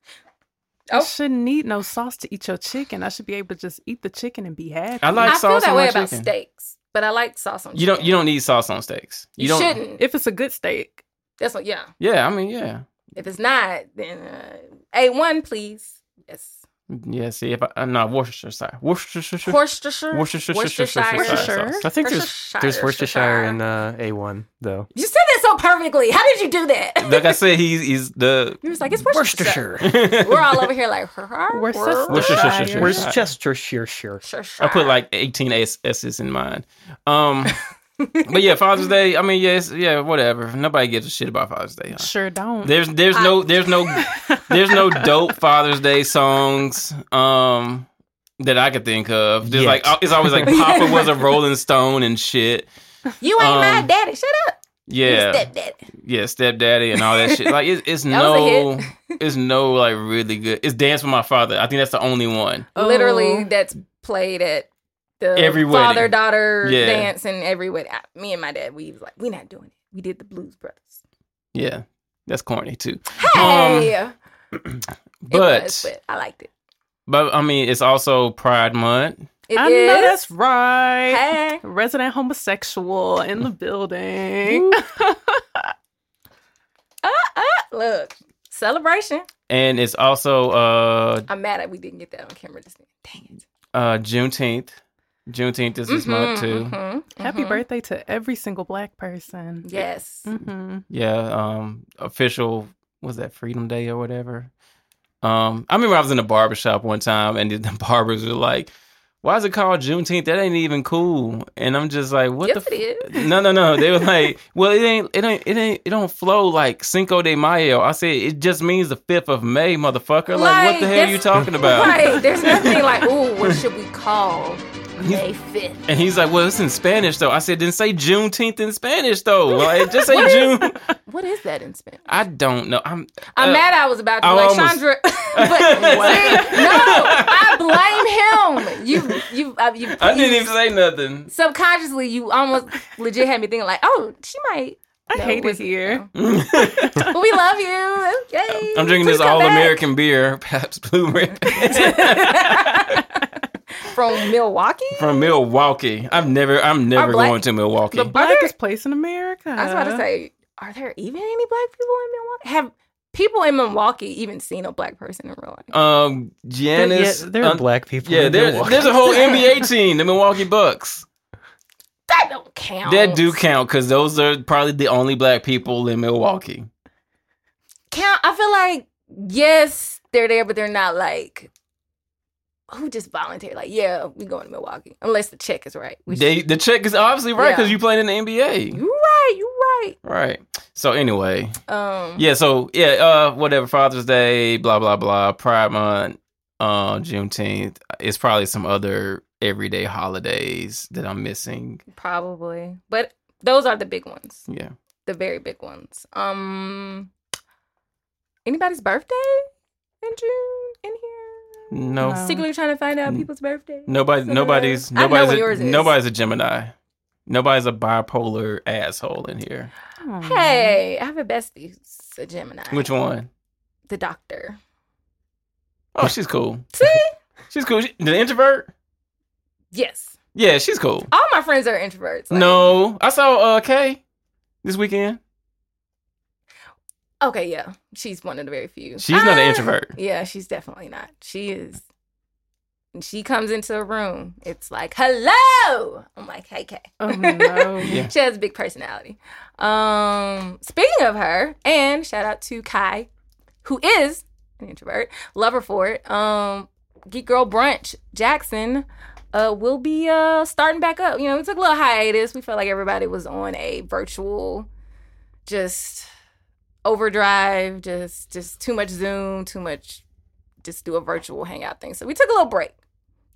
Speaker 3: I
Speaker 1: Oh.
Speaker 3: shouldn't need no sauce to eat your chicken. I should be able to just eat the chicken and be happy.
Speaker 2: I
Speaker 1: I
Speaker 2: like
Speaker 1: feel
Speaker 2: sauce
Speaker 1: that
Speaker 2: on
Speaker 1: way
Speaker 2: my
Speaker 1: about
Speaker 2: chicken.
Speaker 1: steaks, but I like sauce on
Speaker 2: You don't.
Speaker 1: chicken.
Speaker 2: You don't need sauce on steaks. You,
Speaker 1: You
Speaker 2: don't.
Speaker 1: shouldn't.
Speaker 3: if it's a good steak.
Speaker 1: That's what. Yeah.
Speaker 2: Yeah, I mean, yeah.
Speaker 1: If it's not, then uh, a one, please. Yes.
Speaker 2: Yeah, see, if I, I'm not Worcestershire, Worcestershire,
Speaker 1: Worcestershire.
Speaker 2: Worcestershire,
Speaker 3: Worcestershire.
Speaker 2: sauce.
Speaker 4: I think there's there's Worcestershire in uh, A1 though.
Speaker 1: You said that so perfectly. How did you do that?
Speaker 2: Like I said, he's he's the
Speaker 1: you was like, it's Worcestershire. We're all over here like, "Hurrah,
Speaker 3: Worcestershire.
Speaker 2: Worcestershire.
Speaker 3: Where's
Speaker 4: Worcestershire? Sure.
Speaker 1: Worcestershire."
Speaker 2: I put like 18 S- S's in mine. Um, but yeah, Father's Day. I mean, yes, yeah, whatever. Nobody gives a shit about Father's Day. huh?
Speaker 3: Sure don't.
Speaker 2: There's there's no there's no there's no dope Father's Day songs. Um. That I could think of, there's
Speaker 4: Yet.
Speaker 2: like it's always like Papa was a Rolling Stone and shit.
Speaker 1: you ain't my
Speaker 2: um,
Speaker 1: daddy. Shut up.
Speaker 2: Yeah,
Speaker 1: You stepdaddy.
Speaker 2: Yeah, stepdaddy and all that shit. Like it's it's
Speaker 1: That was a
Speaker 2: no it's no like really good. It's Dance with My Father. I think that's the only one.
Speaker 3: Oh.
Speaker 1: Literally, that's played at the
Speaker 2: Every wedding.
Speaker 1: father daughter
Speaker 2: Yeah.
Speaker 1: dance and every wedding. I- Me and my dad, we was like, we not doing it. We did the Blues Brothers.
Speaker 2: Yeah. That's corny too.
Speaker 1: Hey, It
Speaker 2: Um, But
Speaker 1: was, but I liked it.
Speaker 2: but I mean it's also Pride Month.
Speaker 1: It
Speaker 3: I know
Speaker 1: is.
Speaker 3: that's right.
Speaker 1: Hey,
Speaker 3: Resident homosexual in the building.
Speaker 1: uh, uh, look, celebration.
Speaker 2: And it's also uh
Speaker 1: I'm mad that we didn't get that on camera. This dang it.
Speaker 2: uh Juneteenth. Juneteenth is this month too.
Speaker 1: Mhm, mhm,
Speaker 3: Happy
Speaker 1: mhm.
Speaker 3: birthday to every single black person.
Speaker 1: Yes.
Speaker 3: hmm
Speaker 2: Yeah, um official was that Freedom Day or whatever. Um I remember I was in a barber shop one time and the barbers were like, Why is it called Juneteenth? That ain't even cool. And I'm just like, what
Speaker 1: yes,
Speaker 2: the
Speaker 1: it is.
Speaker 2: No, no, no. They were like, "Well, it ain't, it ain't, it ain't, it don't flow like Cinco de Mayo." I said, "It just means the fifth of May, motherfucker." Like, what the hell
Speaker 1: that's-
Speaker 2: are you talking about?
Speaker 1: Right. There's nothing like, ooh, what should we call May 5th?
Speaker 2: And he's like, "Well, it's in Spanish, though." I said, "Didn't say Juneteenth in Spanish, though. Like, just say June."
Speaker 1: What is that in Spanish?
Speaker 2: I don't know. I'm.
Speaker 1: I'm
Speaker 2: Uh,
Speaker 1: mad I was about to
Speaker 2: I
Speaker 1: be like
Speaker 2: almost-
Speaker 1: Chandra, but see, no, I blame him. You, you, uh, you.
Speaker 2: I didn't
Speaker 1: you-
Speaker 2: even say nothing.
Speaker 1: Subconsciously, you almost legit had me thinking like, oh, she might.
Speaker 3: I
Speaker 1: No,
Speaker 3: hate it
Speaker 1: wasn't-
Speaker 3: here.
Speaker 1: But we love you. Okay.
Speaker 2: I'm drinking
Speaker 1: Please
Speaker 2: this
Speaker 1: come
Speaker 2: all
Speaker 1: back.
Speaker 2: American beer, Pabst Blue Ribbon
Speaker 1: from Milwaukee.
Speaker 2: from Milwaukee. I'm never, I'm never
Speaker 1: black-
Speaker 2: going to Milwaukee.
Speaker 3: The blackest place in America.
Speaker 1: I was about to
Speaker 2: Uh-huh.
Speaker 1: say, are there even any black people in Milwaukee? Have people in Milwaukee even seen a black person in real life?
Speaker 2: um, Janice,
Speaker 4: yeah, there are
Speaker 2: un-
Speaker 4: black people.
Speaker 2: Yeah,
Speaker 4: in
Speaker 2: there,
Speaker 4: Milwaukee.
Speaker 2: there's a whole NBA team, the Milwaukee Bucks.
Speaker 1: That don't count.
Speaker 2: That do count because those are probably the only black people in Milwaukee.
Speaker 1: count. I feel like yes, they're there, but they're not like who just volunteered. Like, yeah, we going to Milwaukee unless the check is right. Which,
Speaker 2: They, the check is obviously right because
Speaker 1: Yeah.
Speaker 2: you playing in the NBA,
Speaker 1: you right, you right.
Speaker 2: right? So anyway,
Speaker 1: Um,
Speaker 2: yeah. So yeah, uh, whatever. Father's Day, blah blah blah. Pride Month, uh, Juneteenth. It's probably some other everyday holidays that I'm missing.
Speaker 1: probably, but those are the big ones,
Speaker 2: Yeah.
Speaker 1: the very big ones. Um, anybody's birthday in June in here?
Speaker 2: No.
Speaker 3: No.
Speaker 1: Secretly trying to find out people's birthday.
Speaker 2: Um, Nobody.
Speaker 1: So,
Speaker 2: Nobody's.
Speaker 1: I know
Speaker 2: Nobody's.
Speaker 1: what
Speaker 2: a,
Speaker 1: yours is.
Speaker 2: Nobody's a Gemini. Nobody's a bipolar asshole in here.
Speaker 3: Oh.
Speaker 1: um, Hey, I have a bestie, who's a Gemini.
Speaker 2: Which one?
Speaker 1: the doctor.
Speaker 2: Oh, she's cool.
Speaker 1: See?
Speaker 2: She's cool. She, the introvert?
Speaker 1: Yes.
Speaker 2: Yeah, she's cool.
Speaker 1: All my friends are introverts. like-
Speaker 2: No, I saw uh Kay this weekend.
Speaker 1: Okay, yeah. She's one of the very few.
Speaker 2: She's not an
Speaker 1: Ah,
Speaker 2: introvert.
Speaker 1: Yeah, she's definitely not. She is. When she comes into a room, it's like, hello. I'm like, hey, Kay.
Speaker 3: Oh no.
Speaker 2: Yeah.
Speaker 1: She has a big personality. Um, speaking of her, and shout out to Kai, who is an introvert, lover for it. Um, Geek Girl Brunch Jackson uh, will be uh, starting back up. You know, we took a little hiatus. We felt like everybody was on a virtual, just overdrive, just just too much Zoom, too much, just do a virtual hangout thing. So we took a little break,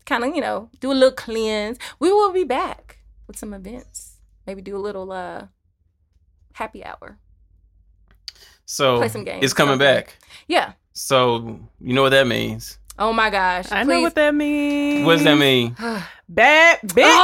Speaker 1: kind of you know do a little cleanse. We will be back with some events. Maybe do a little uh happy hour.
Speaker 2: So
Speaker 1: Play some games.
Speaker 2: it's coming back.
Speaker 1: Yeah.
Speaker 2: So you know what that means.
Speaker 1: Oh my gosh.
Speaker 3: I know what that means.
Speaker 2: What does that mean?
Speaker 1: that.
Speaker 3: Bad bitch.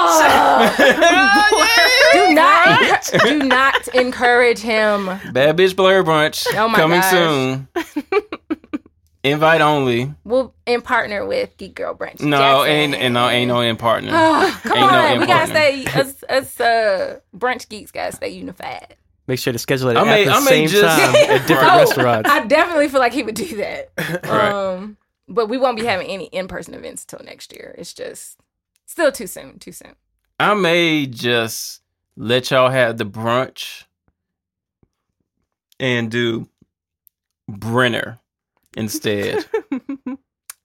Speaker 1: do not encour- do not encourage him.
Speaker 2: Bad bitch blur brunch
Speaker 1: Oh my
Speaker 2: coming
Speaker 1: gosh.
Speaker 2: soon. Invite only.
Speaker 1: We'll in partner with Geek Girl Branch.
Speaker 2: No,
Speaker 1: Jackson.
Speaker 2: ain't and no ain't no in partner.
Speaker 1: Ah, come
Speaker 2: Ain't no
Speaker 1: on,
Speaker 2: in
Speaker 1: we gotta
Speaker 2: partner.
Speaker 1: stay us us uh, brunch geeks gotta stay unified.
Speaker 4: Make sure to schedule it
Speaker 2: I
Speaker 4: at
Speaker 2: may-
Speaker 4: the
Speaker 2: I may
Speaker 4: same
Speaker 2: just-
Speaker 4: time Um, at different
Speaker 1: Oh,
Speaker 4: restaurants.
Speaker 1: I definitely feel like he would do that.
Speaker 2: Right.
Speaker 1: Um, but we won't be having any in person events till next year. It's just still too soon. Too soon.
Speaker 2: I may just let y'all have the brunch and do Brenner instead.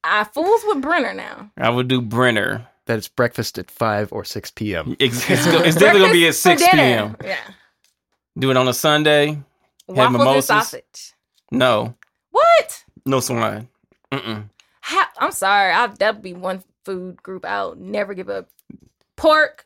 Speaker 1: I fools with Brenner now.
Speaker 2: I would do Brenner.
Speaker 4: That it's breakfast at five or six p.m.
Speaker 2: It's, it's, go- it's definitely gonna be at
Speaker 1: Breakfast for
Speaker 2: six
Speaker 1: dinner.
Speaker 2: p.m.
Speaker 1: Yeah.
Speaker 2: Do it on a Sunday.
Speaker 1: Waffles
Speaker 2: mimosas.
Speaker 1: and sausage.
Speaker 2: No,
Speaker 1: What?
Speaker 2: no swine. Mm-mm.
Speaker 1: How, I'm sorry. I'll that'll be one food group I'll never give up. Pork,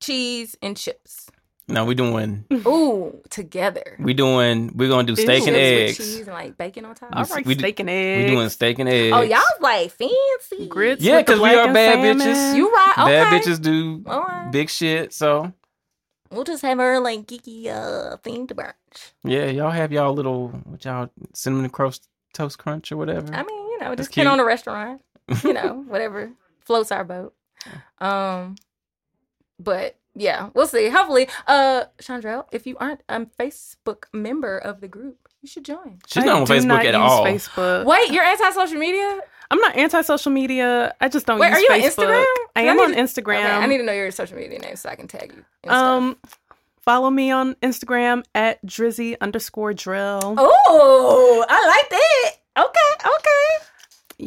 Speaker 1: cheese, and chips.
Speaker 2: No, we doing
Speaker 1: Ooh, together.
Speaker 2: we doing we're gonna do steak
Speaker 1: Chips with
Speaker 2: and eggs.
Speaker 1: cheese and like bacon on top.
Speaker 3: All right,
Speaker 2: We do-
Speaker 3: steak and
Speaker 2: We
Speaker 3: eggs.
Speaker 2: doing steak and eggs.
Speaker 1: Oh, y'all like fancy
Speaker 3: grits.
Speaker 2: Yeah,
Speaker 3: with the
Speaker 2: 'cause we
Speaker 3: black
Speaker 2: are
Speaker 3: and
Speaker 2: bad
Speaker 3: salmon.
Speaker 2: bitches.
Speaker 1: You right? Okay.
Speaker 2: Bad bitches do
Speaker 1: All right.
Speaker 2: big shit. So
Speaker 1: We'll just have her like geeky uh themed brunch.
Speaker 2: yeah, y'all have y'all little what y'all cinnamon crust toast crunch or whatever.
Speaker 1: I mean, you know,
Speaker 2: That's
Speaker 1: just depend
Speaker 2: cute.
Speaker 1: on the restaurant. You know, whatever floats our boat. Um, but yeah, we'll see. Hopefully, uh, Chandrell, if you aren't a Facebook member of the group, you should join.
Speaker 2: She's
Speaker 3: I
Speaker 2: not on
Speaker 3: do
Speaker 2: Facebook
Speaker 3: not
Speaker 2: at
Speaker 3: use
Speaker 2: all.
Speaker 3: Facebook.
Speaker 1: Wait, you're anti-social media?
Speaker 3: I'm not anti-social media. I just don't
Speaker 1: Wait,
Speaker 3: use
Speaker 1: are you on
Speaker 3: Facebook.
Speaker 1: Instagram?
Speaker 3: I
Speaker 1: 'Cause
Speaker 3: am
Speaker 1: I
Speaker 3: on
Speaker 1: need
Speaker 3: Instagram.
Speaker 1: Okay, I need to know your social media name so I can tag you. and stuff.
Speaker 3: um, follow me on Instagram at drizzy underscore drill.
Speaker 1: Oh, I like that. Okay, okay.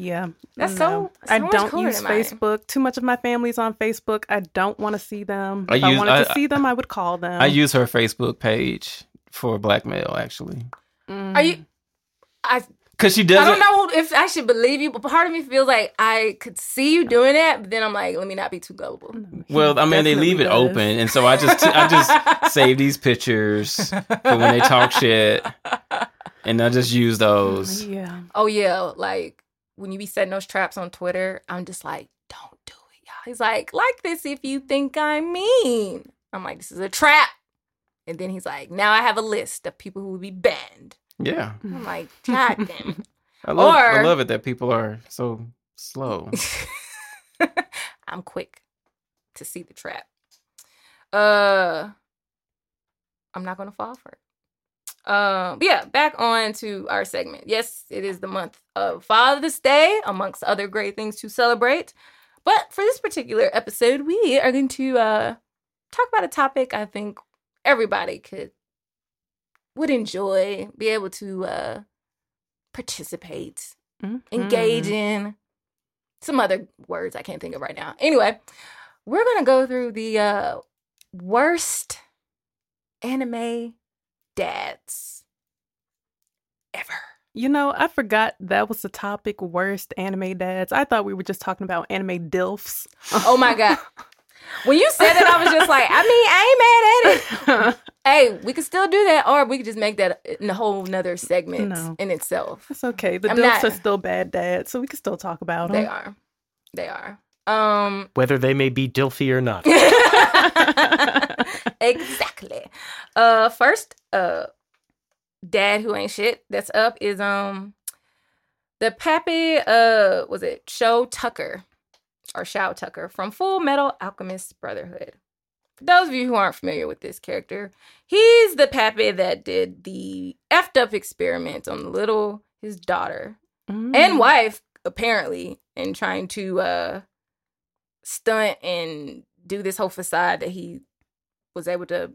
Speaker 3: Yeah,
Speaker 1: That's so- so
Speaker 3: I
Speaker 1: much
Speaker 3: don't
Speaker 1: cooler
Speaker 3: use
Speaker 1: than mine.
Speaker 3: Facebook. Too much of my family's on Facebook. I don't want to see them.
Speaker 2: I
Speaker 3: if I
Speaker 2: use-
Speaker 3: wanted to
Speaker 2: I-
Speaker 3: see them, I would call them.
Speaker 2: I use her Facebook page for blackmail actually,
Speaker 3: Mm.
Speaker 1: Are you? I
Speaker 2: cause she
Speaker 1: I don't
Speaker 2: doesn't.
Speaker 1: know if I should believe you, but part of me feels like I could see you doing that, but then I'm like, let me not be too gullible.
Speaker 3: He
Speaker 2: Well, I mean, they
Speaker 3: definitely
Speaker 2: leave it
Speaker 3: does.
Speaker 2: open, and so I just I just save these pictures for when they talk shit, and I just use those.
Speaker 3: Yeah,
Speaker 1: Oh yeah, like when you be setting those traps on Twitter, I'm just like, don't do it, y'all. He's like, like this if you think I'm mean. I'm like, this is a trap. And then he's like, now I have a list of people who will be banned.
Speaker 2: Yeah,
Speaker 1: I'm like, god damn.
Speaker 2: I love I
Speaker 1: Or-
Speaker 2: love it that people are so slow.
Speaker 1: I'm quick to see the trap. Uh I'm not gonna fall for it. Um but yeah, back on to our segment. Yes, it is the month of Father's Day, amongst other great things to celebrate. But for this particular episode, we are going to uh talk about a topic I think everybody could would enjoy, be able to uh participate
Speaker 3: Mhm.
Speaker 1: engage in some other words I can't think of right now. Anyway, we're gonna go through the uh, worst anime dads ever.
Speaker 3: You know, I forgot that was the topic. Worst anime dads. I thought we were just talking about anime dilfs.
Speaker 1: Oh my god. When you said that, I was just like, I mean, I ain't mad at it. Hey, we could still do that, or we could just make that in a whole nother segment
Speaker 3: No.
Speaker 1: in itself.
Speaker 3: It's okay. The
Speaker 1: I'm
Speaker 3: dilfs
Speaker 1: not-
Speaker 3: are still bad dads, so we can still talk about
Speaker 1: They
Speaker 3: them.
Speaker 1: are. They are. Um,
Speaker 4: Whether they may be Dilfy or not.
Speaker 1: exactly. Uh, first, uh, dad who ain't shit that's up is um the pappy uh was it show tucker or shao tucker from full metal alchemist brotherhood for those of you who aren't familiar with this character he's the pappy that did the effed up experiment on little his daughter
Speaker 3: Mm.
Speaker 1: and wife apparently and trying to uh stunt and do this whole facade that he was able to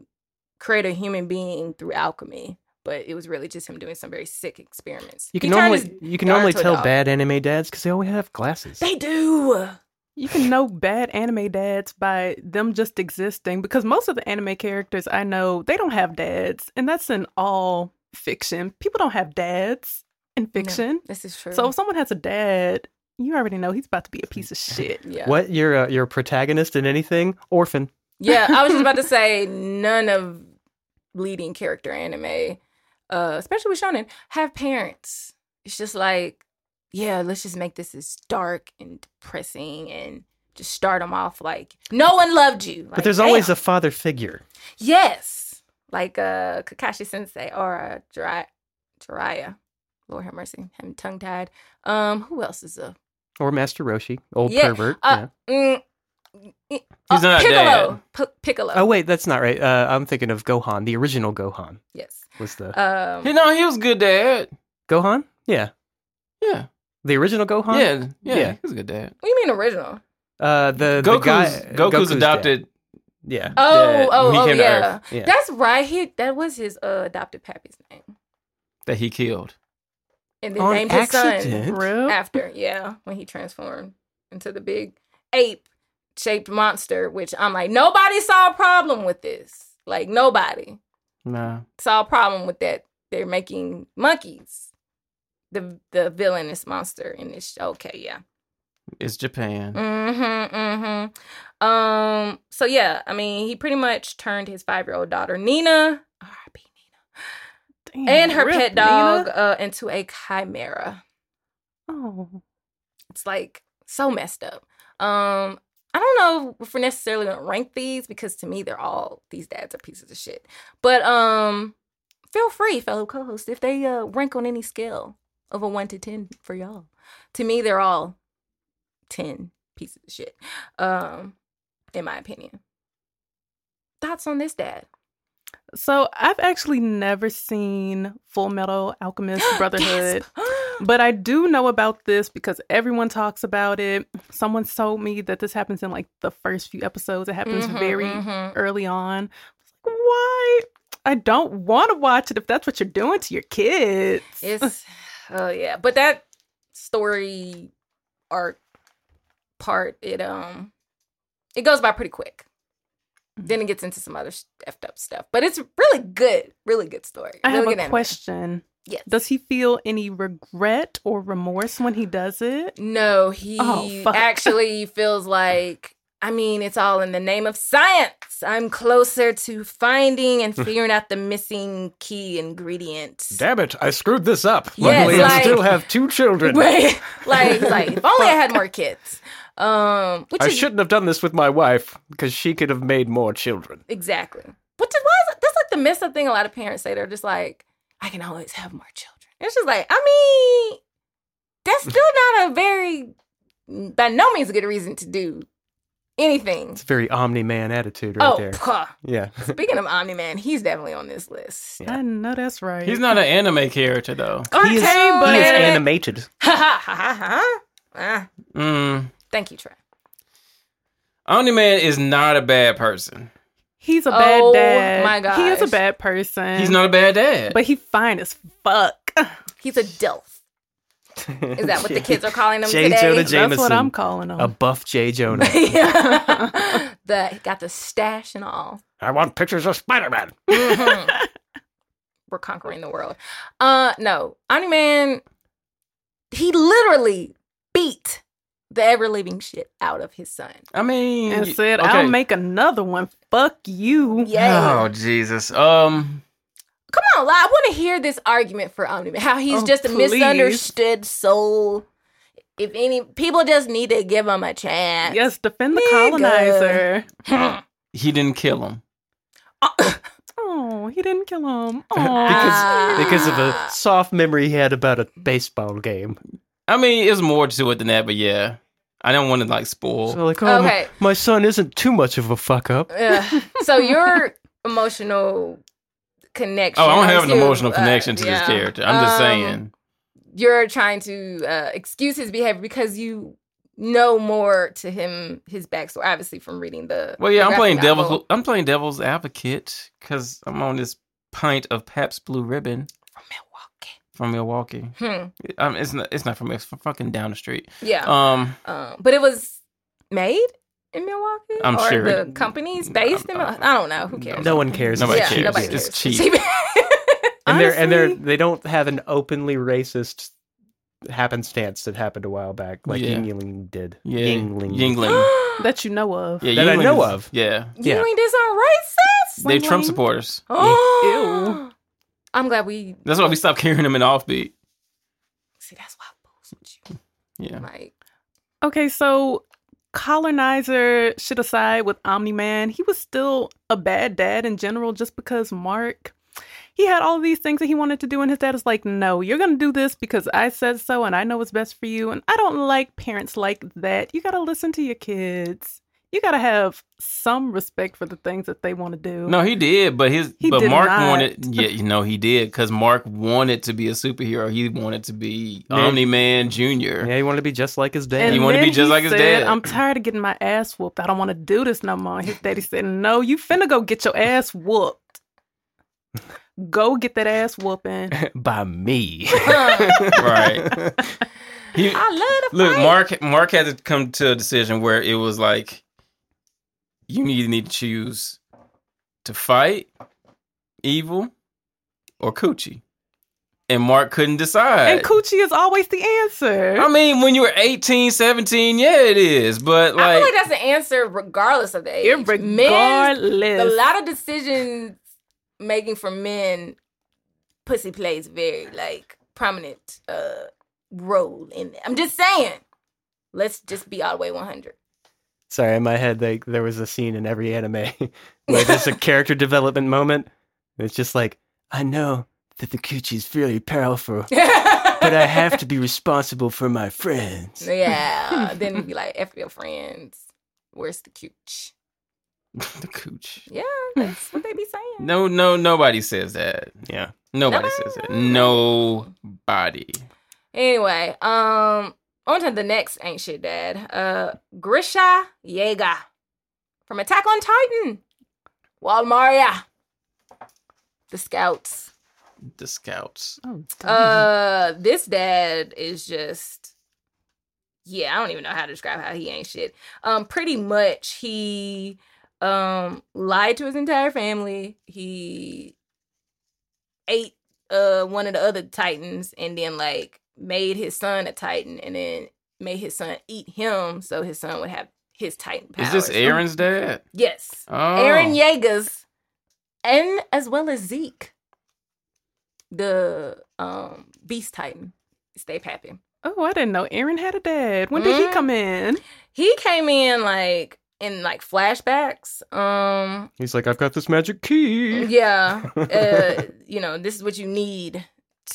Speaker 1: create a human being through alchemy but it was really just him doing some very sick experiments
Speaker 4: You can
Speaker 1: He turned
Speaker 4: normally
Speaker 1: his-
Speaker 4: you can
Speaker 1: daughter
Speaker 4: normally
Speaker 1: to a
Speaker 4: tell
Speaker 1: dog.
Speaker 4: bad anime dads because they always have glasses.
Speaker 1: they do
Speaker 3: You can know bad anime dads by them just existing because most of the anime characters I know, they don't have dads. And that's in all fiction. People don't have dads in fiction.
Speaker 1: this is true
Speaker 3: So if someone has a dad, you already know he's about to be a piece of shit.
Speaker 1: yeah
Speaker 4: What you're a, you're a protagonist in anything? Orphan.
Speaker 1: yeah i was just about to say none of leading character anime uh especially with shonen have parents it's just like yeah let's just make this as dark and depressing and just start them off like no one loved you
Speaker 4: but there's always a father figure.
Speaker 1: yes like uh kakashi sensei or uh, Jiraiya. Jiraiya. lord have mercy i'm tongue tied um who else is a
Speaker 4: Or Master Roshi, old
Speaker 1: Yeah,
Speaker 4: pervert.
Speaker 1: uh, mm, mm,
Speaker 2: He's not
Speaker 1: piccolo P- piccolo
Speaker 4: yeah. Oh wait, that's not right. Uh, I'm thinking of Gohan. The original Gohan
Speaker 1: yes
Speaker 4: was the
Speaker 1: um
Speaker 2: You know, he was good dad.
Speaker 4: Gohan. Yeah,
Speaker 2: Yeah.
Speaker 4: the original Gohan.
Speaker 2: Yeah. Yeah.
Speaker 4: Yeah.
Speaker 2: He was a good dad.
Speaker 1: what do you mean original
Speaker 4: Uh, the, the
Speaker 2: Goku's,
Speaker 4: guy,
Speaker 2: Goku's,
Speaker 4: dad.
Speaker 2: adopted.
Speaker 4: Yeah.
Speaker 1: Oh,
Speaker 2: that
Speaker 1: oh,
Speaker 2: he
Speaker 1: oh,
Speaker 2: came to
Speaker 1: yeah.
Speaker 2: Earth.
Speaker 4: Yeah.
Speaker 1: That's right. He that was his uh, adopted pappy's name,
Speaker 2: That he killed.
Speaker 1: and then
Speaker 4: On
Speaker 1: named his
Speaker 4: accident?
Speaker 1: son
Speaker 3: Real?
Speaker 1: after. Yeah, when he transformed into the big ape shaped monster, which I'm like, nobody saw a problem with this. Like nobody
Speaker 2: Nah.
Speaker 1: saw a problem with that. They're making monkeys the the villainous monster in this. Show. Okay, yeah.
Speaker 2: It's Japan.
Speaker 1: Mm-hmm. Mm-hmm. Um, so yeah, I mean, he pretty much turned his five year old daughter Nina, R.I.P.
Speaker 3: Damn,
Speaker 1: and her
Speaker 3: rip,
Speaker 1: pet
Speaker 3: Nina.
Speaker 1: dog uh, into a chimera.
Speaker 3: Oh.
Speaker 1: It's like so messed up. Um, I don't know if we're necessarily gonna rank these because to me they're all these dads are pieces of shit. But um, feel free, fellow co-hosts, if they uh, rank on any scale of a one to ten for y'all. To me, they're all ten pieces of shit. Um, in my opinion. Thoughts on this dad?
Speaker 3: So I've actually never seen Full Metal Alchemist Brotherhood.
Speaker 1: Gasp.
Speaker 3: But I do know about this because everyone talks about it. Someone told me that this happens in like the first few episodes. It happens
Speaker 1: Mhm,
Speaker 3: very
Speaker 1: mhm.
Speaker 3: early on. I was like, Why? I don't want to watch it if that's what you're doing to your kids.
Speaker 1: It's oh yeah, but that story arc part it um it goes by pretty quick.
Speaker 3: Mm-hmm.
Speaker 1: Then it gets into some other s- effed up stuff, but it's really good, really good story.
Speaker 3: I have
Speaker 1: really
Speaker 3: a
Speaker 1: good anime.
Speaker 3: question.
Speaker 1: Yes.
Speaker 3: Does he feel any regret or remorse when he does it?
Speaker 1: No, he
Speaker 3: Oh, fuck.
Speaker 1: actually feels like I mean, it's all in the name of science. I'm closer to finding
Speaker 3: Hmm.
Speaker 1: and figuring out the missing key ingredients.
Speaker 4: Damn it! I screwed this up.
Speaker 1: Yeah, Luckily, I like- still
Speaker 4: have two children.
Speaker 1: Right. like, like if only I had more kids. Um, which
Speaker 4: I
Speaker 1: is
Speaker 4: shouldn't have done this with my wife because she could have made more children.
Speaker 1: Exactly. Which is why is- that's like the messed up thing a lot of parents say. They're just like, I can always have more children. It's just like, I mean, that's still not a very, by no means, a good reason to do anything.
Speaker 4: It's a very Omni Man attitude right
Speaker 1: Oh,
Speaker 4: there.
Speaker 1: puh.
Speaker 4: Yeah.
Speaker 1: speaking of Omni Man, he's definitely on this list.
Speaker 4: Yeah.
Speaker 3: I know that's right.
Speaker 2: He's not an anime character, though.
Speaker 4: he is,
Speaker 1: Okay,
Speaker 4: he is
Speaker 1: but-
Speaker 4: animated.
Speaker 1: Ha ha ha ha ha. Ah,
Speaker 2: Mm.
Speaker 1: Thank you, Trey.
Speaker 2: Omni Man is not a bad person.
Speaker 3: He's a bad
Speaker 1: Oh,
Speaker 3: dad.
Speaker 1: my
Speaker 3: He is a
Speaker 1: gosh.
Speaker 3: bad person.
Speaker 2: He's not a bad dad.
Speaker 3: But he fine as fuck.
Speaker 1: He's a DILF. Is that what the kids are calling him
Speaker 4: J.
Speaker 1: today?
Speaker 4: Jonah J-
Speaker 3: That's
Speaker 4: Jameson.
Speaker 3: what I'm calling him.
Speaker 4: A buff J. Jonah.
Speaker 1: the he got the stash and all.
Speaker 4: I want pictures of Spider Man.
Speaker 2: Mm-hmm.
Speaker 1: Mhm. We're conquering the world. Uh no. Omni Man he literally beat the ever living shit out of his son.
Speaker 2: I mean,
Speaker 3: and
Speaker 2: you-
Speaker 3: said,
Speaker 2: okay.
Speaker 3: "I'll make another one. Fuck you."
Speaker 1: Yeah.
Speaker 2: Oh Jesus. Um.
Speaker 1: Come on, Lyle, I want to hear this argument for Omni Man. How he's
Speaker 3: Oh,
Speaker 1: just a
Speaker 3: please.
Speaker 1: misunderstood soul. If any people just need to give him a chance.
Speaker 3: Yes, defend the
Speaker 1: Nigga.
Speaker 3: colonizer.
Speaker 2: He didn't kill him.
Speaker 1: Uh,
Speaker 3: Oh, Oh, he didn't kill him.
Speaker 4: Because-
Speaker 3: Aw.
Speaker 4: because of a soft memory he had about a baseball game.
Speaker 2: I mean, it's more to it than that, but yeah, I don't want to like spoil.
Speaker 4: So like, oh, my-
Speaker 1: Okay.
Speaker 4: my, son isn't too much of a fuck up.
Speaker 1: Ugh. so your emotional connection.
Speaker 2: oh, I don't have an
Speaker 1: to,
Speaker 2: emotional
Speaker 1: uh,
Speaker 2: connection to
Speaker 1: yeah.
Speaker 2: this character. I'm just
Speaker 1: Um,
Speaker 2: saying.
Speaker 1: you're trying to uh, excuse his behavior because you know more to him his backstory, obviously from reading the.
Speaker 2: Well, yeah,
Speaker 1: the
Speaker 2: I'm playing
Speaker 1: graphic
Speaker 2: devil's.
Speaker 1: novel.
Speaker 2: I'm playing devil's advocate because I'm on this pint of Pabst Blue Ribbon from Milwaukee.
Speaker 1: Hmm.
Speaker 2: Um, it's not. It's not from. It's from fucking down the street.
Speaker 3: Oh.
Speaker 1: Yeah,
Speaker 2: Um,
Speaker 1: um, but it was made in Milwaukee.
Speaker 2: I'm
Speaker 1: or
Speaker 2: sure
Speaker 1: The
Speaker 2: it-
Speaker 1: company's based in.
Speaker 2: I'm-
Speaker 1: Mil- I don't know. Who cares?
Speaker 4: No one cares.
Speaker 2: Nobody
Speaker 1: yeah,
Speaker 2: cares.
Speaker 1: Nobody
Speaker 2: It's
Speaker 1: cares.
Speaker 2: cheap.
Speaker 4: And they're and they're
Speaker 3: Honestly-
Speaker 4: they don't have an openly racist happenstance that happened a while back, like
Speaker 2: Yeah.
Speaker 4: Yingling did.
Speaker 2: yeah,
Speaker 4: Yingling.
Speaker 2: Yingling.
Speaker 1: you
Speaker 3: that you know of.
Speaker 2: Yeah,
Speaker 4: That I
Speaker 2: Yingling
Speaker 4: know
Speaker 2: is-
Speaker 4: of.
Speaker 2: Yeah,
Speaker 4: Yeah.
Speaker 1: ain't this all right, sis?
Speaker 2: they
Speaker 3: Yingling?
Speaker 2: Trump supporters.
Speaker 1: Oh, I'm glad we.
Speaker 2: That's why we stopped hearing them in offbeat.
Speaker 1: See, that's why I posted you.
Speaker 2: Yeah,
Speaker 1: Like,
Speaker 3: Okay, so colonizer shit aside with Omni Man, he was still a bad dad in general just because Mark he had all these things that he wanted to do and his dad was like, "No, you're going to do this because I said so and I know what's best for you." And I don't like parents like that. You got to listen to your kids. You got to have some respect for the things that they want to do.
Speaker 2: no, he did, but his
Speaker 3: He
Speaker 2: but
Speaker 3: did
Speaker 2: Mark
Speaker 3: not.
Speaker 2: wanted. Yeah, you know he did because Mark wanted to be a superhero. He wanted to be
Speaker 4: Yeah.
Speaker 2: Omni Man Junior.
Speaker 4: Yeah, he wanted to be just like his dad.
Speaker 3: And
Speaker 2: He wanted to
Speaker 3: then
Speaker 2: be just
Speaker 3: he
Speaker 2: like his
Speaker 3: said,
Speaker 2: dad.
Speaker 3: I'm tired of getting my ass whooped. I don't want to do this no more. His daddy said, No, you finna go get your ass whooped. Go get that ass whooping.
Speaker 4: By me.
Speaker 1: huh.
Speaker 2: right. He,
Speaker 1: I love the
Speaker 2: Look,
Speaker 1: fight.
Speaker 2: Mark. Mark had to come to a decision where it was like, you need need to choose to fight evil or coochie, and Mark couldn't decide.
Speaker 3: And Coochie is always the answer.
Speaker 2: I mean, when you were 18, 17, yeah, it is. But
Speaker 1: I
Speaker 2: like,
Speaker 1: feel like that's an answer regardless of the age. Men,
Speaker 3: Irregardless.
Speaker 1: a lot of decisions making for men, pussy plays very like prominent uh role in it. I'm just saying. Let's just be all the way 100.
Speaker 4: Sorry, in my head, like there was a scene in every anime where there's a character development moment. It's just like, I know that the coochie is very powerful, but I have to be responsible for my friends.
Speaker 1: yeah. Then you'd be like, F your friends. Where's the cooch?
Speaker 2: the cooch.
Speaker 1: Yeah, that's what they be saying.
Speaker 2: No, no, nobody says that.
Speaker 4: Yeah.
Speaker 2: Nobody says that. Nobody.
Speaker 1: Anyway, um, on to the next ancient dad. Uh, Grisha Yeager from Attack on Titan. Walmaria. The Scouts.
Speaker 2: The scouts.
Speaker 3: Oh, damn.
Speaker 1: Uh, this dad is just. Yeah, I don't even know how to describe how he ain't shit. Um, pretty much he um lied to his entire family. He ate uh one of the other titans and then like made his son a titan and then made his son eat him so his son would have his titan powers.
Speaker 2: Is this Aaron's dad?
Speaker 1: Yes.
Speaker 2: Oh.
Speaker 1: Aaron Yeager's and as well as Zeke, the um Beast Titan, Stay Pappy.
Speaker 3: oh, I didn't know Aaron had a dad. When did
Speaker 1: Mm.
Speaker 3: he come in?
Speaker 1: He came in like in like flashbacks. Um
Speaker 4: He's like, I've got this magic key.
Speaker 1: yeah. Uh you know, this is what you need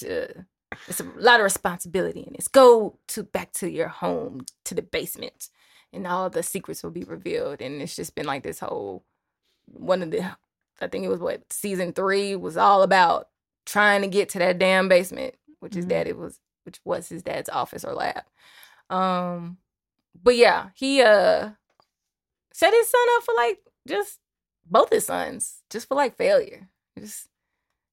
Speaker 1: to it's a lot of responsibility in this. Go to back to your home, to the basement, and all the secrets will be revealed. And it's just been like this whole one of the I think it was what season three was all about trying to get to that damn basement, which his
Speaker 3: Mhm.
Speaker 1: dad it was which was his dad's office or lab. Um but yeah, he uh set his son up for like just both his sons, just for like failure. Just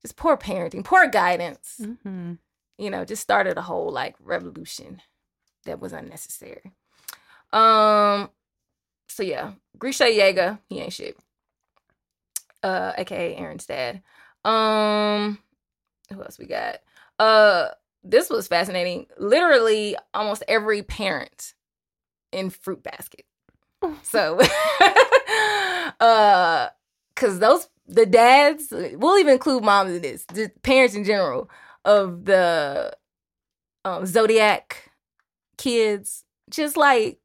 Speaker 1: just poor parenting, poor guidance
Speaker 3: Mm-hmm.
Speaker 1: you know, just started a whole like revolution that was unnecessary. Um, so yeah, Grisha Yeager, he ain't shit. Uh, aka Aaron's dad. Um, who else we got? Uh, this was fascinating. Literally, almost every parent in Fruit Basket. So, uh, cause those the dads, we'll even include moms in this, the parents in general of the um, Zodiac kids. Just like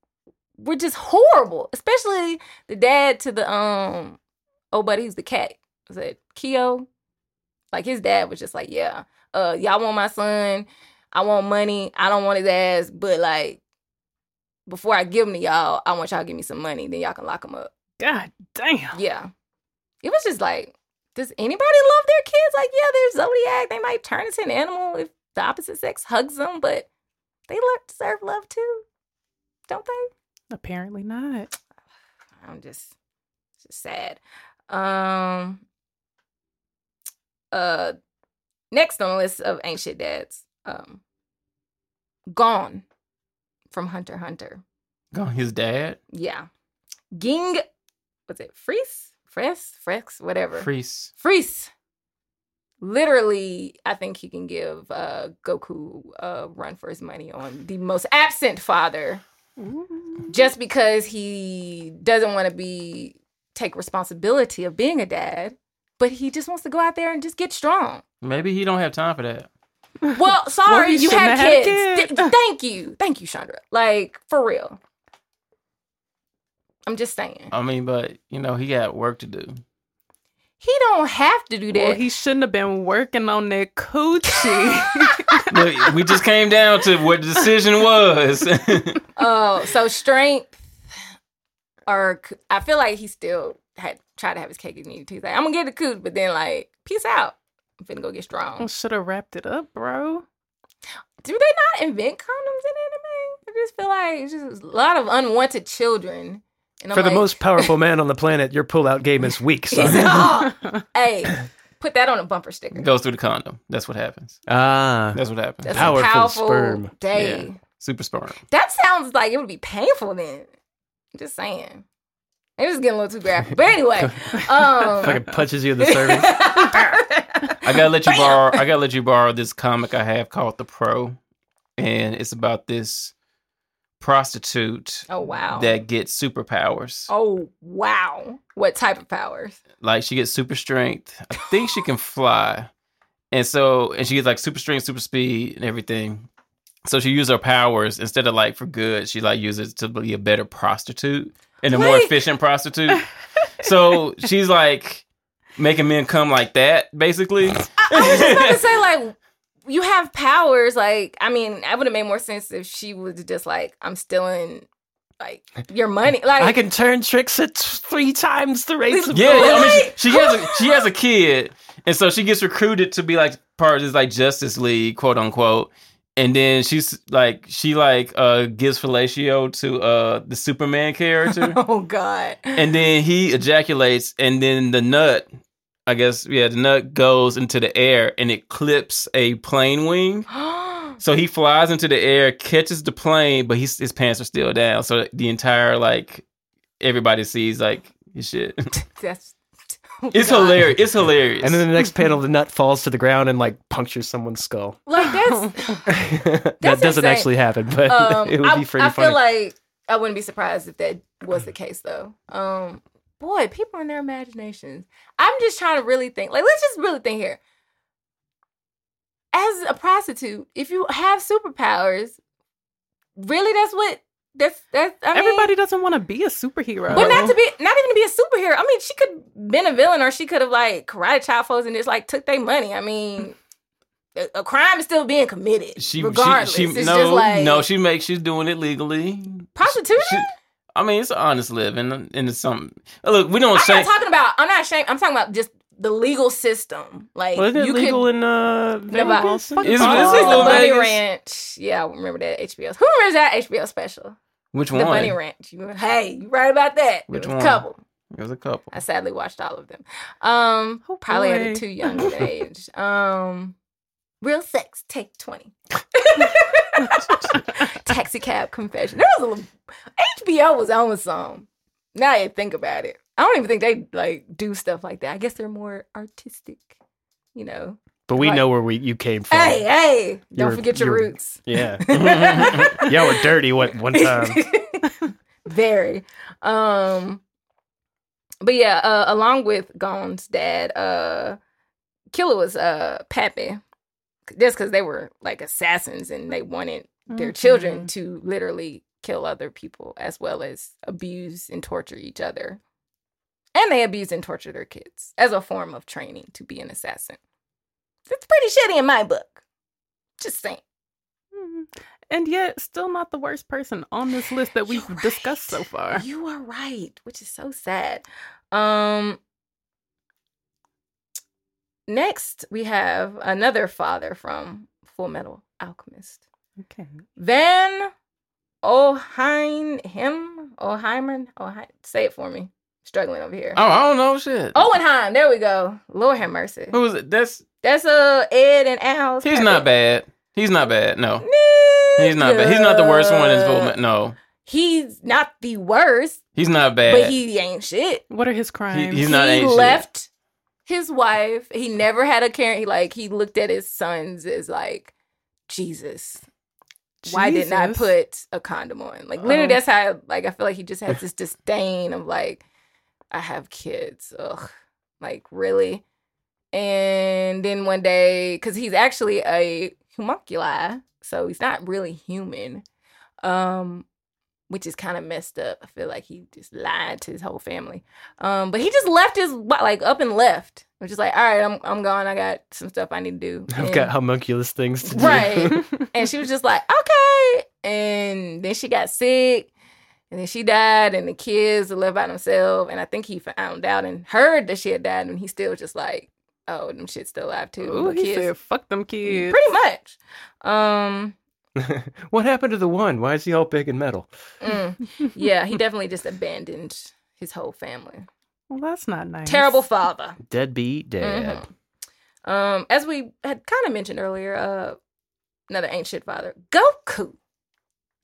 Speaker 1: we're just horrible, especially the dad to the um oh buddy who's the cat. Was it Keo? Like his dad was just like, yeah, uh, y'all want my son. I want money. I don't want his ass, but like before I give him to y'all, I want y'all to give me some money. Then y'all can lock him up.
Speaker 3: God damn.
Speaker 1: Yeah. It was just like, does anybody love their kids? Like, yeah, they're zodiac. They might turn into an animal if the opposite sex hugs them, but they lo- deserve love too, don't they?
Speaker 3: Apparently not.
Speaker 1: I'm just, it's just sad. Um. Uh, next on the list of ancient dads, um, Gone from Hunter x Hunter.
Speaker 2: Gone his dad.
Speaker 1: Yeah, Ging, what's it? Freeze, Fresh, Frex, whatever.
Speaker 2: Freeze.
Speaker 1: Freeze. Literally, I think he can give uh, Goku a run for his money on the most absent father just because he doesn't want to be take responsibility of being a dad, but he just wants to go out there and just get strong.
Speaker 2: Maybe he don't have time for that.
Speaker 1: Well, sorry,
Speaker 3: he
Speaker 1: you had
Speaker 3: shouldn't have had
Speaker 1: kids.
Speaker 3: kids.
Speaker 1: Th- thank you. Thank you, Chandra. Like, for real. I'm just saying.
Speaker 2: I mean, but you know, he got work to do.
Speaker 1: He don't have to do that.
Speaker 3: Well, he shouldn't have been working on that coochie.
Speaker 2: Look, we just came down to what the decision was.
Speaker 1: Oh, so strength, or c- I feel like he still had tried to have his cake and eat it too. He's like, I'm gonna get the coup, but then like, peace out. I'm finna go get strong.
Speaker 3: Should have wrapped it up, bro.
Speaker 1: Do they not invent condoms in anime? I just feel like it's just a lot of unwanted children. And I'm
Speaker 4: For the
Speaker 1: like,
Speaker 4: most powerful man on the planet, your pull-out game is weak,
Speaker 1: It's
Speaker 4: son.
Speaker 1: all. hey, put that on a bumper sticker.
Speaker 2: Goes through the condom. That's what happens.
Speaker 4: ah,
Speaker 2: That's what happens.
Speaker 1: That's
Speaker 4: Powerful
Speaker 1: a powerful
Speaker 4: sperm.
Speaker 1: day.
Speaker 2: Yeah. Super sperm.
Speaker 1: That sounds like it would be painful then. Just saying. It was getting a little too graphic. But anyway, um,
Speaker 4: fucking punches you in the cervix.
Speaker 2: I gotta let you borrow. I gotta let you borrow this comic I have called The Pro, and it's about this prostitute
Speaker 1: oh wow.
Speaker 2: that gets superpowers.
Speaker 1: oh wow. What type of powers?
Speaker 2: Like she gets super strength. I think she can fly, and so and she gets like super strength, super speed, and everything. So she uses her powers instead of like for good. She like uses to be a better prostitute and a more
Speaker 1: Like-
Speaker 2: efficient prostitute. so she's like making men come like that, basically.
Speaker 1: I was just about to say like you have powers. Like I mean, I would have made more sense if she was just like I'm stealing like your money. Like
Speaker 4: I can turn tricks at three times the rate of
Speaker 2: Yeah, I mean,
Speaker 1: Really?
Speaker 2: she, she has a, she has a kid, and so she gets recruited to be like part of this like Justice League, quote unquote. And then she's like, she like uh gives fellatio to uh the Superman character,
Speaker 1: oh god.
Speaker 2: and then he ejaculates, and then the nut, I guess, yeah, the nut goes into the air and it clips a plane wing. So he flies into the air, catches the plane, but he's, his pants are still down. So the entire like everybody sees like his shit.
Speaker 1: That's oh,
Speaker 2: It's
Speaker 1: God.
Speaker 2: hilarious. It's hilarious.
Speaker 4: And then the next panel, the nut falls to the ground and like punctures someone's skull.
Speaker 1: Like that's
Speaker 4: that
Speaker 1: That's
Speaker 4: doesn't
Speaker 1: insane.
Speaker 4: actually happen, but
Speaker 1: um
Speaker 4: it would
Speaker 1: I,
Speaker 4: be pretty
Speaker 1: I
Speaker 4: funny.
Speaker 1: feel like I wouldn't be surprised if that was the case though. Um boy, people and their imaginations. I'm just trying to really think. Like let's just really think here. As a prostitute, if you have superpowers, really that's what that's that's I mean
Speaker 3: Everybody doesn't want to be a superhero.
Speaker 1: but not to be, not even to be a superhero. I mean, she could been a villain, or she could have like karate chop folks and just like took their money. I mean, a, a crime is still being committed,
Speaker 2: she, she-
Speaker 1: regardless.
Speaker 2: she,
Speaker 1: it's
Speaker 2: no,
Speaker 1: just like
Speaker 2: no, she makes she's doing it legally.
Speaker 1: prostitution.
Speaker 2: She- I mean, it's an honest living, and it's something. Look, we don't
Speaker 1: I'm
Speaker 2: say
Speaker 1: not talking about. I'm not ashamed. I'm talking about just the legal system. Like
Speaker 4: Wasn't it
Speaker 1: you
Speaker 4: legal
Speaker 1: could.
Speaker 4: in uh,
Speaker 1: but-
Speaker 4: Vegas?
Speaker 3: Fuck
Speaker 2: Is-
Speaker 1: Oh,
Speaker 2: is
Speaker 1: this is the
Speaker 2: legal in
Speaker 1: Bunny
Speaker 2: Vegas?
Speaker 1: Ranch. Yeah, I remember that HBO. Who remembers that HBO special?
Speaker 2: which
Speaker 1: The
Speaker 2: one.
Speaker 1: Bunny Ranch. You- Hey, you right about that?
Speaker 2: Which
Speaker 1: There was
Speaker 2: one?
Speaker 1: A couple.
Speaker 2: It was a couple.
Speaker 1: I sadly watched all of them. Um,
Speaker 3: Oh,
Speaker 1: probably at a
Speaker 3: boy.
Speaker 1: too young of an age. Um, real sex, take twenty. Taxi cab confession. There was a little, HBO was on with some. Now you think about it, I don't even think they like do stuff like that. I guess they're more artistic, you know.
Speaker 4: But we
Speaker 1: Right.
Speaker 4: know where we you came from.
Speaker 1: Hey, hey! Don't
Speaker 4: You're-
Speaker 1: forget your
Speaker 4: you're-
Speaker 1: roots.
Speaker 4: Yeah, y'all were dirty one, one time.
Speaker 1: Very. Um but yeah, uh, along with Gone's dad, uh Killer was uh Pappy. Just because they were like assassins and they wanted their
Speaker 3: Mm-hmm.
Speaker 1: children to literally kill other people as well as abuse and torture each other. And they abused and tortured their kids as a form of training to be an assassin. It's pretty shitty in my book. Just saying.
Speaker 3: Hmm. And yet, still not the worst person on this list that we've
Speaker 1: You're right.
Speaker 3: discussed so far.
Speaker 1: You are right, which is so sad. Um next we have another father from Full Metal Alchemist.
Speaker 3: Okay.
Speaker 1: Van Oheim him Oheimer Oheim say it for me. Struggling over here.
Speaker 2: Oh, I don't know shit.
Speaker 1: Owenheim, there we go. Lord have mercy.
Speaker 2: Who was it? That's
Speaker 1: That's uh Ed and Al's.
Speaker 2: Oh. he's not bad. He's not bad. No. He's not bad.
Speaker 1: bad.
Speaker 2: He's not the worst one in this movement. No.
Speaker 1: He's not the worst,
Speaker 2: He's not
Speaker 1: but
Speaker 2: bad.
Speaker 1: he ain't shit.
Speaker 3: What are his crimes?
Speaker 2: he's not
Speaker 1: he
Speaker 2: ain't shit.
Speaker 1: left his wife. He never had a care. He like he looked at his sons as like Jesus. Why didn't I
Speaker 3: Jesus.
Speaker 1: put a condom on? Like literally,
Speaker 3: Oh.
Speaker 1: that's how. Like I feel like he just has this disdain of like, I have kids. Ugh, like really. And then one day, because he's actually a homunculi, so he's not really human, um, which is kind of messed up. I feel like he just lied to his whole family. Um, but he just left his wi- like up and left, which is like, all right, I'm I'm gone. I got some stuff I need to do.
Speaker 4: I've
Speaker 1: And-
Speaker 4: got homunculus things to do.
Speaker 1: right. and she was just like, okay. And then she got sick, and then she died, and the kids lived by themselves. And I think he found out and heard that she had died, and he still just like, oh, them shit's still alive too. the
Speaker 3: Ooh, he
Speaker 1: kids,
Speaker 3: said, fuck them kids.
Speaker 1: pretty much. Um,
Speaker 4: what happened to the one? Why is he all big and metal?
Speaker 1: mm, yeah, he definitely just abandoned his whole family.
Speaker 3: Well, that's not nice.
Speaker 1: Terrible father.
Speaker 4: Deadbeat dad.
Speaker 1: Mhm. Um, as we had kind of mentioned earlier, uh, another ancient father, Goku.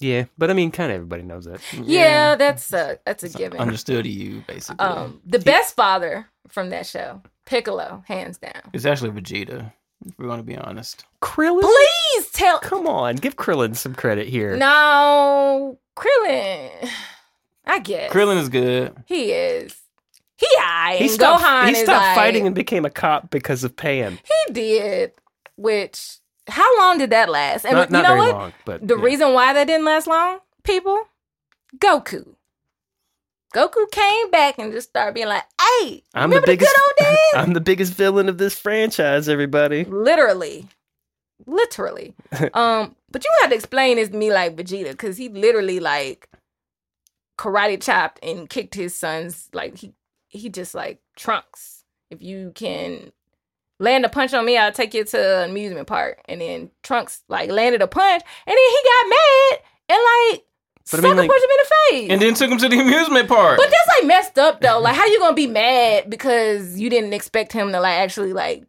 Speaker 4: Yeah, but I mean, kind of everybody knows that.
Speaker 1: Yeah, that's a that's a given.
Speaker 2: Understood to you, basically.
Speaker 1: Um, the best father from that show, Piccolo, hands down.
Speaker 2: it's actually Vegeta, if we want to be honest.
Speaker 4: Krillin?
Speaker 1: Please tell.
Speaker 4: Come on, give Krillin some credit here.
Speaker 1: No, Krillin. I guess
Speaker 2: Krillin is good.
Speaker 1: He is. He I
Speaker 4: he
Speaker 1: and
Speaker 4: stopped,
Speaker 1: Gohan
Speaker 4: he
Speaker 1: is
Speaker 4: stopped
Speaker 1: like-
Speaker 4: fighting and became a cop because of Pan.
Speaker 1: he did. Which how long did that last? And
Speaker 4: Not,
Speaker 1: you
Speaker 4: not
Speaker 1: know
Speaker 4: very
Speaker 1: what?
Speaker 4: long, but
Speaker 1: The
Speaker 4: yeah.
Speaker 1: reason why that didn't last long, people, Goku. Goku came back and just started being like, "Hey,
Speaker 4: I'm the
Speaker 1: remember the,
Speaker 4: biggest-
Speaker 1: good old days?"
Speaker 4: I'm the biggest villain of this franchise, everybody.
Speaker 1: literally literally um but you had to explain this to me like vegeta because he literally like karate chopped and kicked his sons like he he just like trunks if you can land a punch on me i'll take you to an amusement park and then trunks like landed a punch and then he got mad and like
Speaker 4: But I
Speaker 1: sucker
Speaker 4: mean, like-
Speaker 1: punched him in the face
Speaker 2: And then took him to the amusement park.
Speaker 1: but that's like messed up though. Like, how you gonna be mad because you didn't expect him to like actually like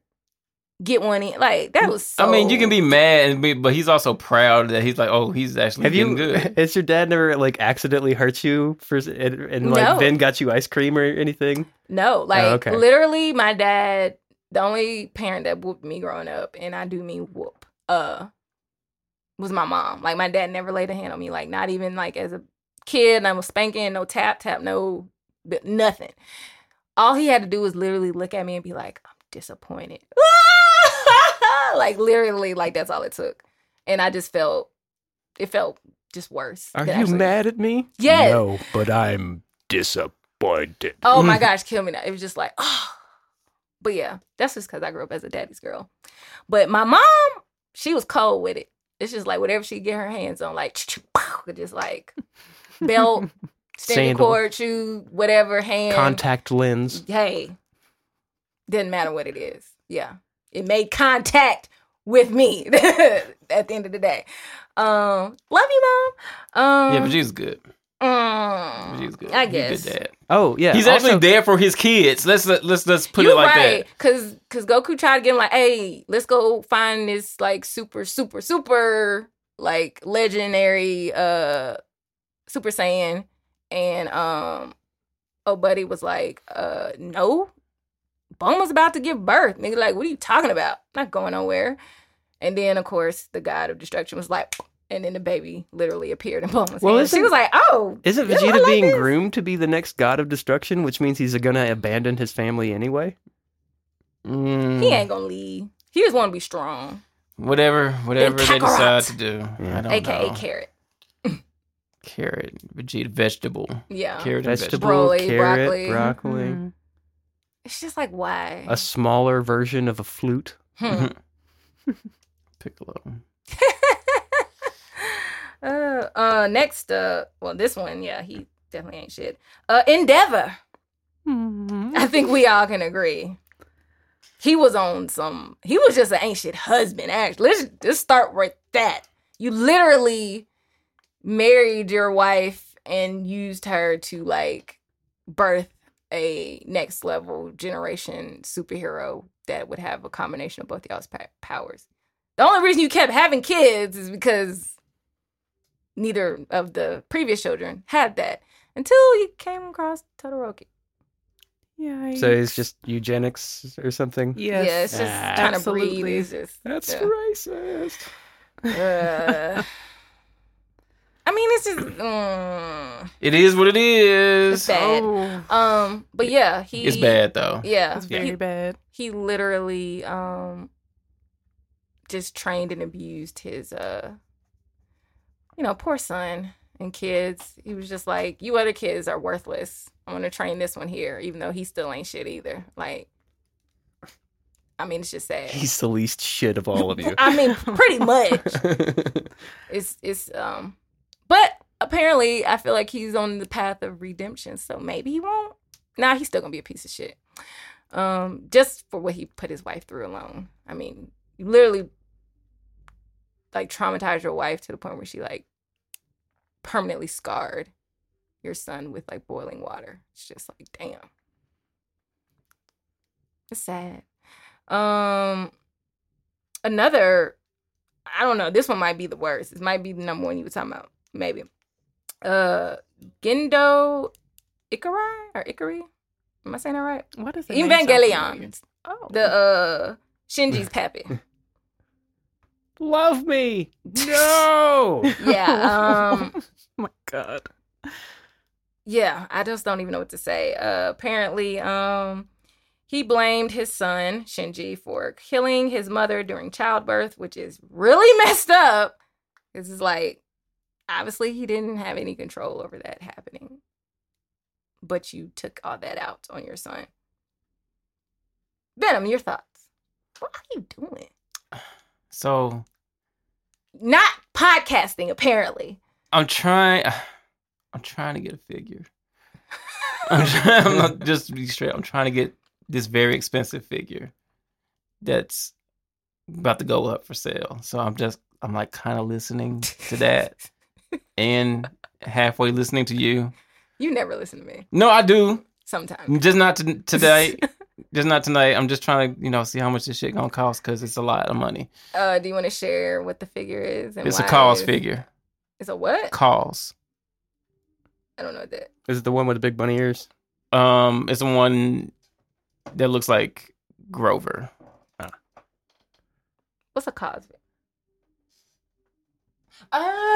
Speaker 1: get one in? Like that was. So...
Speaker 2: I mean, you can be mad, and be, but he's also proud that he's like, oh, he's actually
Speaker 4: Have
Speaker 2: getting
Speaker 4: you?
Speaker 2: good.
Speaker 4: Has your dad never like accidentally hurt you for and, and like
Speaker 1: No.
Speaker 4: then got you ice cream or anything?
Speaker 1: no, like
Speaker 4: Oh, okay.
Speaker 1: literally, my dad, the only parent that whooped me growing up, and I do mean whoop, uh, was my mom. Like my dad never laid a hand on me. Like not even like as a kid, I was spanking, no tap tap, no but nothing. All he had to do was literally look at me and be like, "I'm disappointed." like literally, like that's all it took, and I just felt it felt just worse.
Speaker 4: Are
Speaker 1: than
Speaker 4: you
Speaker 1: actually-
Speaker 4: mad at me?
Speaker 1: Yes.
Speaker 4: No, but I'm disappointed.
Speaker 1: Oh
Speaker 2: Mm.
Speaker 1: my gosh, kill me now. It was just like, oh. But yeah, that's just because I grew up as a daddy's girl. But my mom, she was cold with it. It's just like whatever she get her hands on, like just like belt, standing
Speaker 4: Sandal.
Speaker 1: cord, shoe, whatever hand.
Speaker 4: Contact lens.
Speaker 1: Hey, didn't matter what it is. Yeah, it made contact with me at the end of the day. Um, love you, mom. Um,
Speaker 2: yeah, Vegeta's good.
Speaker 1: mm,
Speaker 2: Vegeta's good.
Speaker 1: I
Speaker 2: He's a good
Speaker 1: guess.
Speaker 2: dad.
Speaker 4: Oh yeah,
Speaker 2: He's
Speaker 4: also-
Speaker 2: actually there for his kids. Let's let, let's let's put
Speaker 1: you
Speaker 2: it like
Speaker 1: right.
Speaker 2: that.
Speaker 1: Cause cause Goku tried to get him like, hey, let's go find this like super, super, super like legendary uh Super Saiyan. And um oh buddy was like, uh no. Bulma's about to give birth. Nigga, like, what are you talking about? Not going nowhere. And then of course the god of destruction was like and then the baby literally appeared in Bulma's
Speaker 4: Well,
Speaker 1: hand. She
Speaker 4: isn't-
Speaker 1: was like, oh.
Speaker 4: Isn't
Speaker 1: yeah, I
Speaker 4: Vegeta
Speaker 1: like
Speaker 4: being
Speaker 1: this.
Speaker 4: groomed to be the next god of destruction, which means he's gonna abandon his family anyway?
Speaker 2: Mm,
Speaker 1: He ain't gonna leave. He just wanna be strong.
Speaker 2: Whatever, whatever they
Speaker 1: Kakarot.
Speaker 2: decide to do. I don't
Speaker 1: aka
Speaker 2: know.
Speaker 1: carrot.
Speaker 2: Carrot, Vegeta, vegetable,
Speaker 1: Yeah,
Speaker 2: carrot, and vegetable.
Speaker 1: Broly,
Speaker 4: Vegetable, carrot,
Speaker 1: broccoli. Mm-hmm.
Speaker 4: broccoli,
Speaker 3: Mhm.
Speaker 1: it's just like why?
Speaker 4: a smaller version of a flute.
Speaker 1: Hmm.
Speaker 2: Piccolo.
Speaker 1: uh, uh, next, uh, well, this one, yeah, he definitely ain't shit. Uh, Endeavor.
Speaker 3: Mhm.
Speaker 1: I think we all can agree. He was on some. He was just an ancient husband. Actually, let's just start with that. You literally married your wife and used her to like birth a next level generation superhero that would have a combination of both y'all's pa- powers. The only reason you kept having kids is because neither of the previous children had that until you came across Todoroki.
Speaker 3: Yeah.
Speaker 4: So it's just eugenics or something.
Speaker 3: Yes.
Speaker 1: Yeah, it's just
Speaker 4: Ah.
Speaker 1: trying to
Speaker 3: Absolutely.
Speaker 1: breed. It's just,
Speaker 4: That's
Speaker 1: yeah.
Speaker 4: racist.
Speaker 1: Uh, I mean, it's just. mm,
Speaker 2: It is what it
Speaker 1: it's
Speaker 2: is.
Speaker 1: bad.
Speaker 3: Oh,
Speaker 1: Um, but yeah, he.
Speaker 2: It's bad though.
Speaker 1: Yeah,
Speaker 3: that's
Speaker 2: Yeah.
Speaker 3: very bad.
Speaker 1: he literally um just trained and abused his uh you know poor son and kids. He was just like, you other kids are worthless. I'm gonna train this one here, even though he still ain't shit either. Like, I mean, it's just sad.
Speaker 4: He's the least shit of all of you.
Speaker 1: I mean, pretty much. It's it's um, but apparently I feel like he's on the path of redemption, so maybe he won't. Nah, he's still gonna be a piece of shit. Um, just for what he put his wife through alone. I mean, you literally like traumatized your wife to the point where she like permanently scarred your son with like boiling water. It's just like damn. It's sad. Um another I don't know. This one might be the worst. This might be the number one you were talking about. Maybe. Uh Gendo Ikari or Ikari? Am I saying that right?
Speaker 3: What is it?
Speaker 1: Evangelion.
Speaker 3: Oh.
Speaker 1: The uh Shinji's pappy.
Speaker 4: Love me. No.
Speaker 1: Yeah. Um
Speaker 3: Oh my God.
Speaker 1: yeah i just don't even know what to say uh, apparently um he blamed his son shinji for killing his mother during childbirth which is really messed up this is like obviously he didn't have any control over that happening but you took all that out on your son venom your thoughts what are you doing
Speaker 2: So
Speaker 1: not podcasting apparently
Speaker 2: I'm trying. I'm trying to get a figure. I'm, trying, I'm not just to be straight. I'm trying to get this very expensive figure that's about to go up for sale. So I'm just. I'm like kind of listening to that and halfway listening to you.
Speaker 1: you never listen to me
Speaker 2: No, I do.
Speaker 1: sometimes
Speaker 2: Just not to, today. just not tonight. I'm just trying to, you know, see how much this shit gonna cost because it's a lot of money.
Speaker 1: uh do you want to share what the figure is and
Speaker 2: It's
Speaker 1: why
Speaker 2: a
Speaker 1: it
Speaker 2: cause
Speaker 1: is?
Speaker 2: figure.
Speaker 1: It's a what?
Speaker 2: Cause.
Speaker 1: I don't know what that.
Speaker 4: Is it the one with the big bunny ears?
Speaker 2: Um, it's the one that looks like Grover.
Speaker 1: What's a Cosby?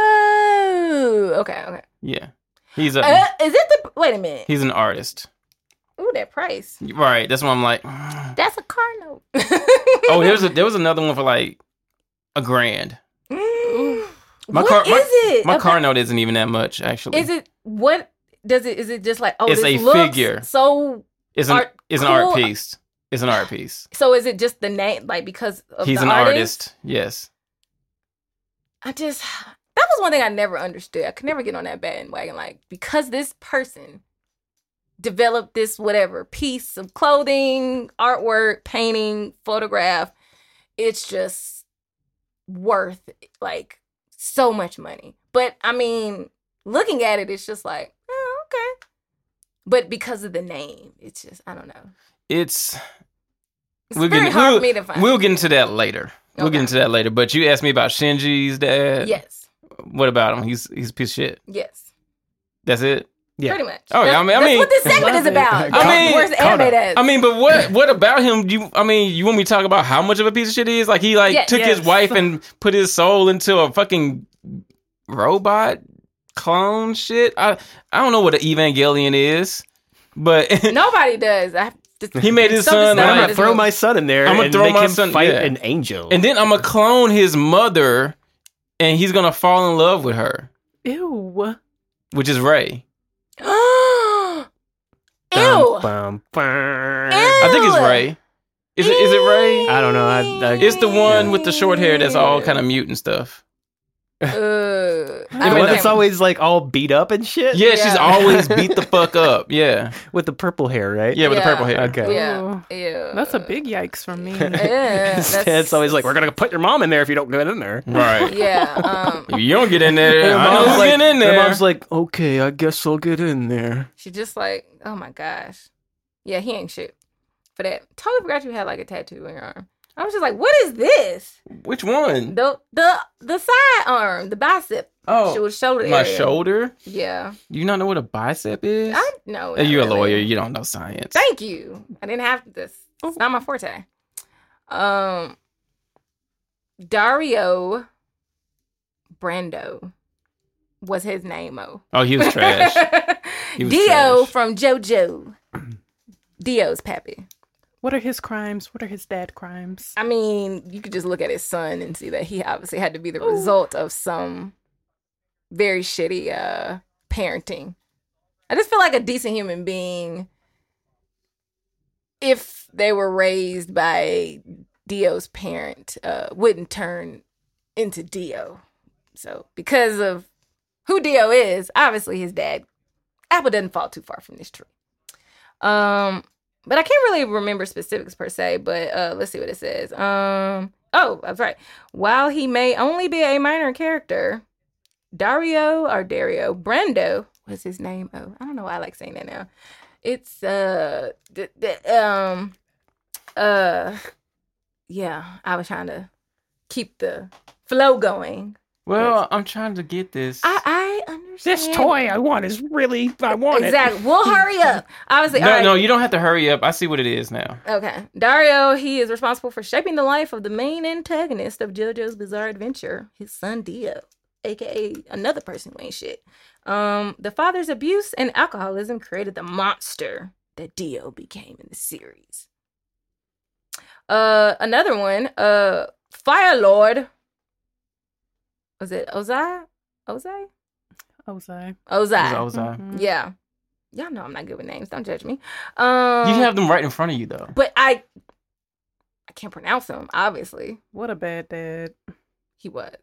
Speaker 1: Oh, okay, okay.
Speaker 2: Yeah, he's a
Speaker 1: Uh, is it the? Wait a minute.
Speaker 2: he's an artist.
Speaker 1: Ooh, that price.
Speaker 2: Right. That's why I'm like. mm.
Speaker 1: That's a car note.
Speaker 2: Oh, there was a, there was another one for like a grand.
Speaker 1: Mm.
Speaker 2: My
Speaker 1: What
Speaker 2: car-
Speaker 1: is it?
Speaker 2: My
Speaker 1: about-
Speaker 2: car note isn't even that much actually.
Speaker 1: Is it what? Does it? Is it just like? Oh,
Speaker 2: It's
Speaker 1: this
Speaker 2: a
Speaker 1: looks
Speaker 2: figure.
Speaker 1: So,
Speaker 2: It's an
Speaker 1: art-
Speaker 2: it's an art
Speaker 1: cool?
Speaker 2: piece. It's an art piece.
Speaker 1: so is it just the name? Like because of
Speaker 2: he's
Speaker 1: the
Speaker 2: an
Speaker 1: artist?
Speaker 2: artist. Yes.
Speaker 1: I just that was one thing I never understood. I could never get on that bandwagon. Like because this person developed this whatever piece of clothing, artwork, painting, photograph, it's just worth like so much money. But I mean, looking at it, it's just like oh, okay. But because of the name, it's just I don't know.
Speaker 2: It's
Speaker 1: It's
Speaker 2: We'll get
Speaker 1: very
Speaker 2: in-
Speaker 1: hard for me to find.
Speaker 2: we'll get into that later. We'll
Speaker 1: Okay.
Speaker 2: get into that later. But you asked me about Shinji's dad.
Speaker 1: yes,
Speaker 2: What about him? He's he's a piece of shit.
Speaker 1: yes,
Speaker 2: That's it.
Speaker 4: Yeah.
Speaker 1: pretty much.
Speaker 2: Oh, yeah,
Speaker 1: That's-
Speaker 2: I mean- I
Speaker 1: that's
Speaker 2: mean-
Speaker 1: what this segment is
Speaker 4: Love it.
Speaker 1: about.
Speaker 2: I mean-
Speaker 1: where's the
Speaker 4: Caught
Speaker 1: anime
Speaker 4: up.
Speaker 1: that's-
Speaker 2: I mean, but what what about him? Do you? I mean, you want me to talk about how much of a piece of shit he is? Like he like
Speaker 1: Yeah,
Speaker 2: took
Speaker 3: yes.
Speaker 2: his wife and put his soul into a fucking robot clone shit. I I don't know what an Evangelion is, but
Speaker 1: Nobody does. I
Speaker 2: he made his
Speaker 1: Something's
Speaker 2: son. uh,
Speaker 1: not
Speaker 4: I'm
Speaker 1: right.
Speaker 2: Like,
Speaker 4: gonna throw my son in there.
Speaker 2: I'm gonna
Speaker 4: and
Speaker 2: throw
Speaker 4: make
Speaker 2: my
Speaker 4: him
Speaker 2: son-
Speaker 4: fight
Speaker 2: yeah.
Speaker 4: an angel.
Speaker 2: and then I'm gonna clone his mother, and he's gonna fall in love with her,
Speaker 3: Ew.
Speaker 2: which is Ray.
Speaker 1: Ew.
Speaker 4: Bum, bum, bum.
Speaker 2: I think it's
Speaker 1: Ew.
Speaker 2: Ray. Is it is it Ray?
Speaker 4: I don't know. I, I,
Speaker 2: It's the one with the short hair that's all kind of mute and stuff.
Speaker 1: Ugh. I
Speaker 4: The
Speaker 1: don't
Speaker 2: mean,
Speaker 4: one that's
Speaker 1: remember.
Speaker 4: always like all beat up and shit.
Speaker 2: Yeah, she's
Speaker 1: Yeah.
Speaker 2: always beat the fuck up. Yeah,
Speaker 4: with the purple hair, right?
Speaker 2: yeah, with the
Speaker 1: Yeah.
Speaker 2: purple hair.
Speaker 4: Okay.
Speaker 1: Yeah.
Speaker 3: Ooh,
Speaker 1: Ew.
Speaker 3: that's a big yikes for me.
Speaker 1: Yeah, that's,
Speaker 4: Instead, it's always like we're gonna put your mom in there if you don't get in there.
Speaker 2: Right.
Speaker 1: Yeah. Um,
Speaker 2: If you don't get in there,
Speaker 4: Her
Speaker 2: I know
Speaker 4: mom's
Speaker 2: who's
Speaker 4: like-
Speaker 2: getting in
Speaker 4: her
Speaker 2: there.
Speaker 4: mom's like, okay, I guess I'll get in there.
Speaker 1: she just like, oh my gosh. Yeah, he ain't shit for that. Totally forgot you had like a tattoo on your arm. I was just like, what is this?
Speaker 2: Which one?
Speaker 1: The the the side arm, the bicep,
Speaker 2: Oh,
Speaker 1: shoulder, shoulder
Speaker 2: my
Speaker 1: area.
Speaker 2: shoulder.
Speaker 1: Yeah,
Speaker 2: You not know what a bicep is?
Speaker 1: I know.
Speaker 2: You're a
Speaker 1: not really.
Speaker 2: lawyer. You don't know science.
Speaker 1: Thank you. I didn't have this. It's not my forte. Um, Dario Brando was his name. Oh,
Speaker 2: Oh, he was trash. He was
Speaker 1: Dio
Speaker 2: trash.
Speaker 1: from JoJo. Dio's pappy.
Speaker 3: What are his crimes? What are his dad crimes?
Speaker 1: I mean, you could just look at his son and see that he obviously had to be the result of some very shitty uh parenting. I just feel like a decent human being if they were raised by Dio's parent uh wouldn't turn into Dio. So, because of who Dio is, obviously his dad apple doesn't fall too far from this tree. Um but I can't really remember specifics per se. But uh, let's see what it says. Um, oh, that's right. While he may only be a minor character, Dario or Dario Brando was his name. Oh, I don't know why I like saying that now. It's uh, d- d- um, uh, yeah. I was trying to keep the flow going.
Speaker 2: Well, I'm trying to get this.
Speaker 1: I I understand
Speaker 4: I want is really I want
Speaker 1: Exactly. We'll hurry up. Obviously,
Speaker 2: no,
Speaker 1: all right.
Speaker 2: no, you don't have to hurry up. I see what it is now.
Speaker 1: Okay. Dario, he is responsible for shaping the life of the main antagonist of JoJo's Bizarre Adventure, his son Dio, aka another person who ain't shit. Um, the father's abuse and alcoholism created the monster that Dio became in the series. Uh, another one, uh, Fire Lord. Was it Ozai? Ozai?
Speaker 3: Ozai.
Speaker 1: Ozai.
Speaker 2: It was Ozai.
Speaker 3: Mhm.
Speaker 1: Yeah. Y'all know I'm not good with names. Don't judge me. Um,
Speaker 2: you have them right in front of you, though.
Speaker 1: but I I can't pronounce him, obviously.
Speaker 3: What a bad dad.
Speaker 1: He was.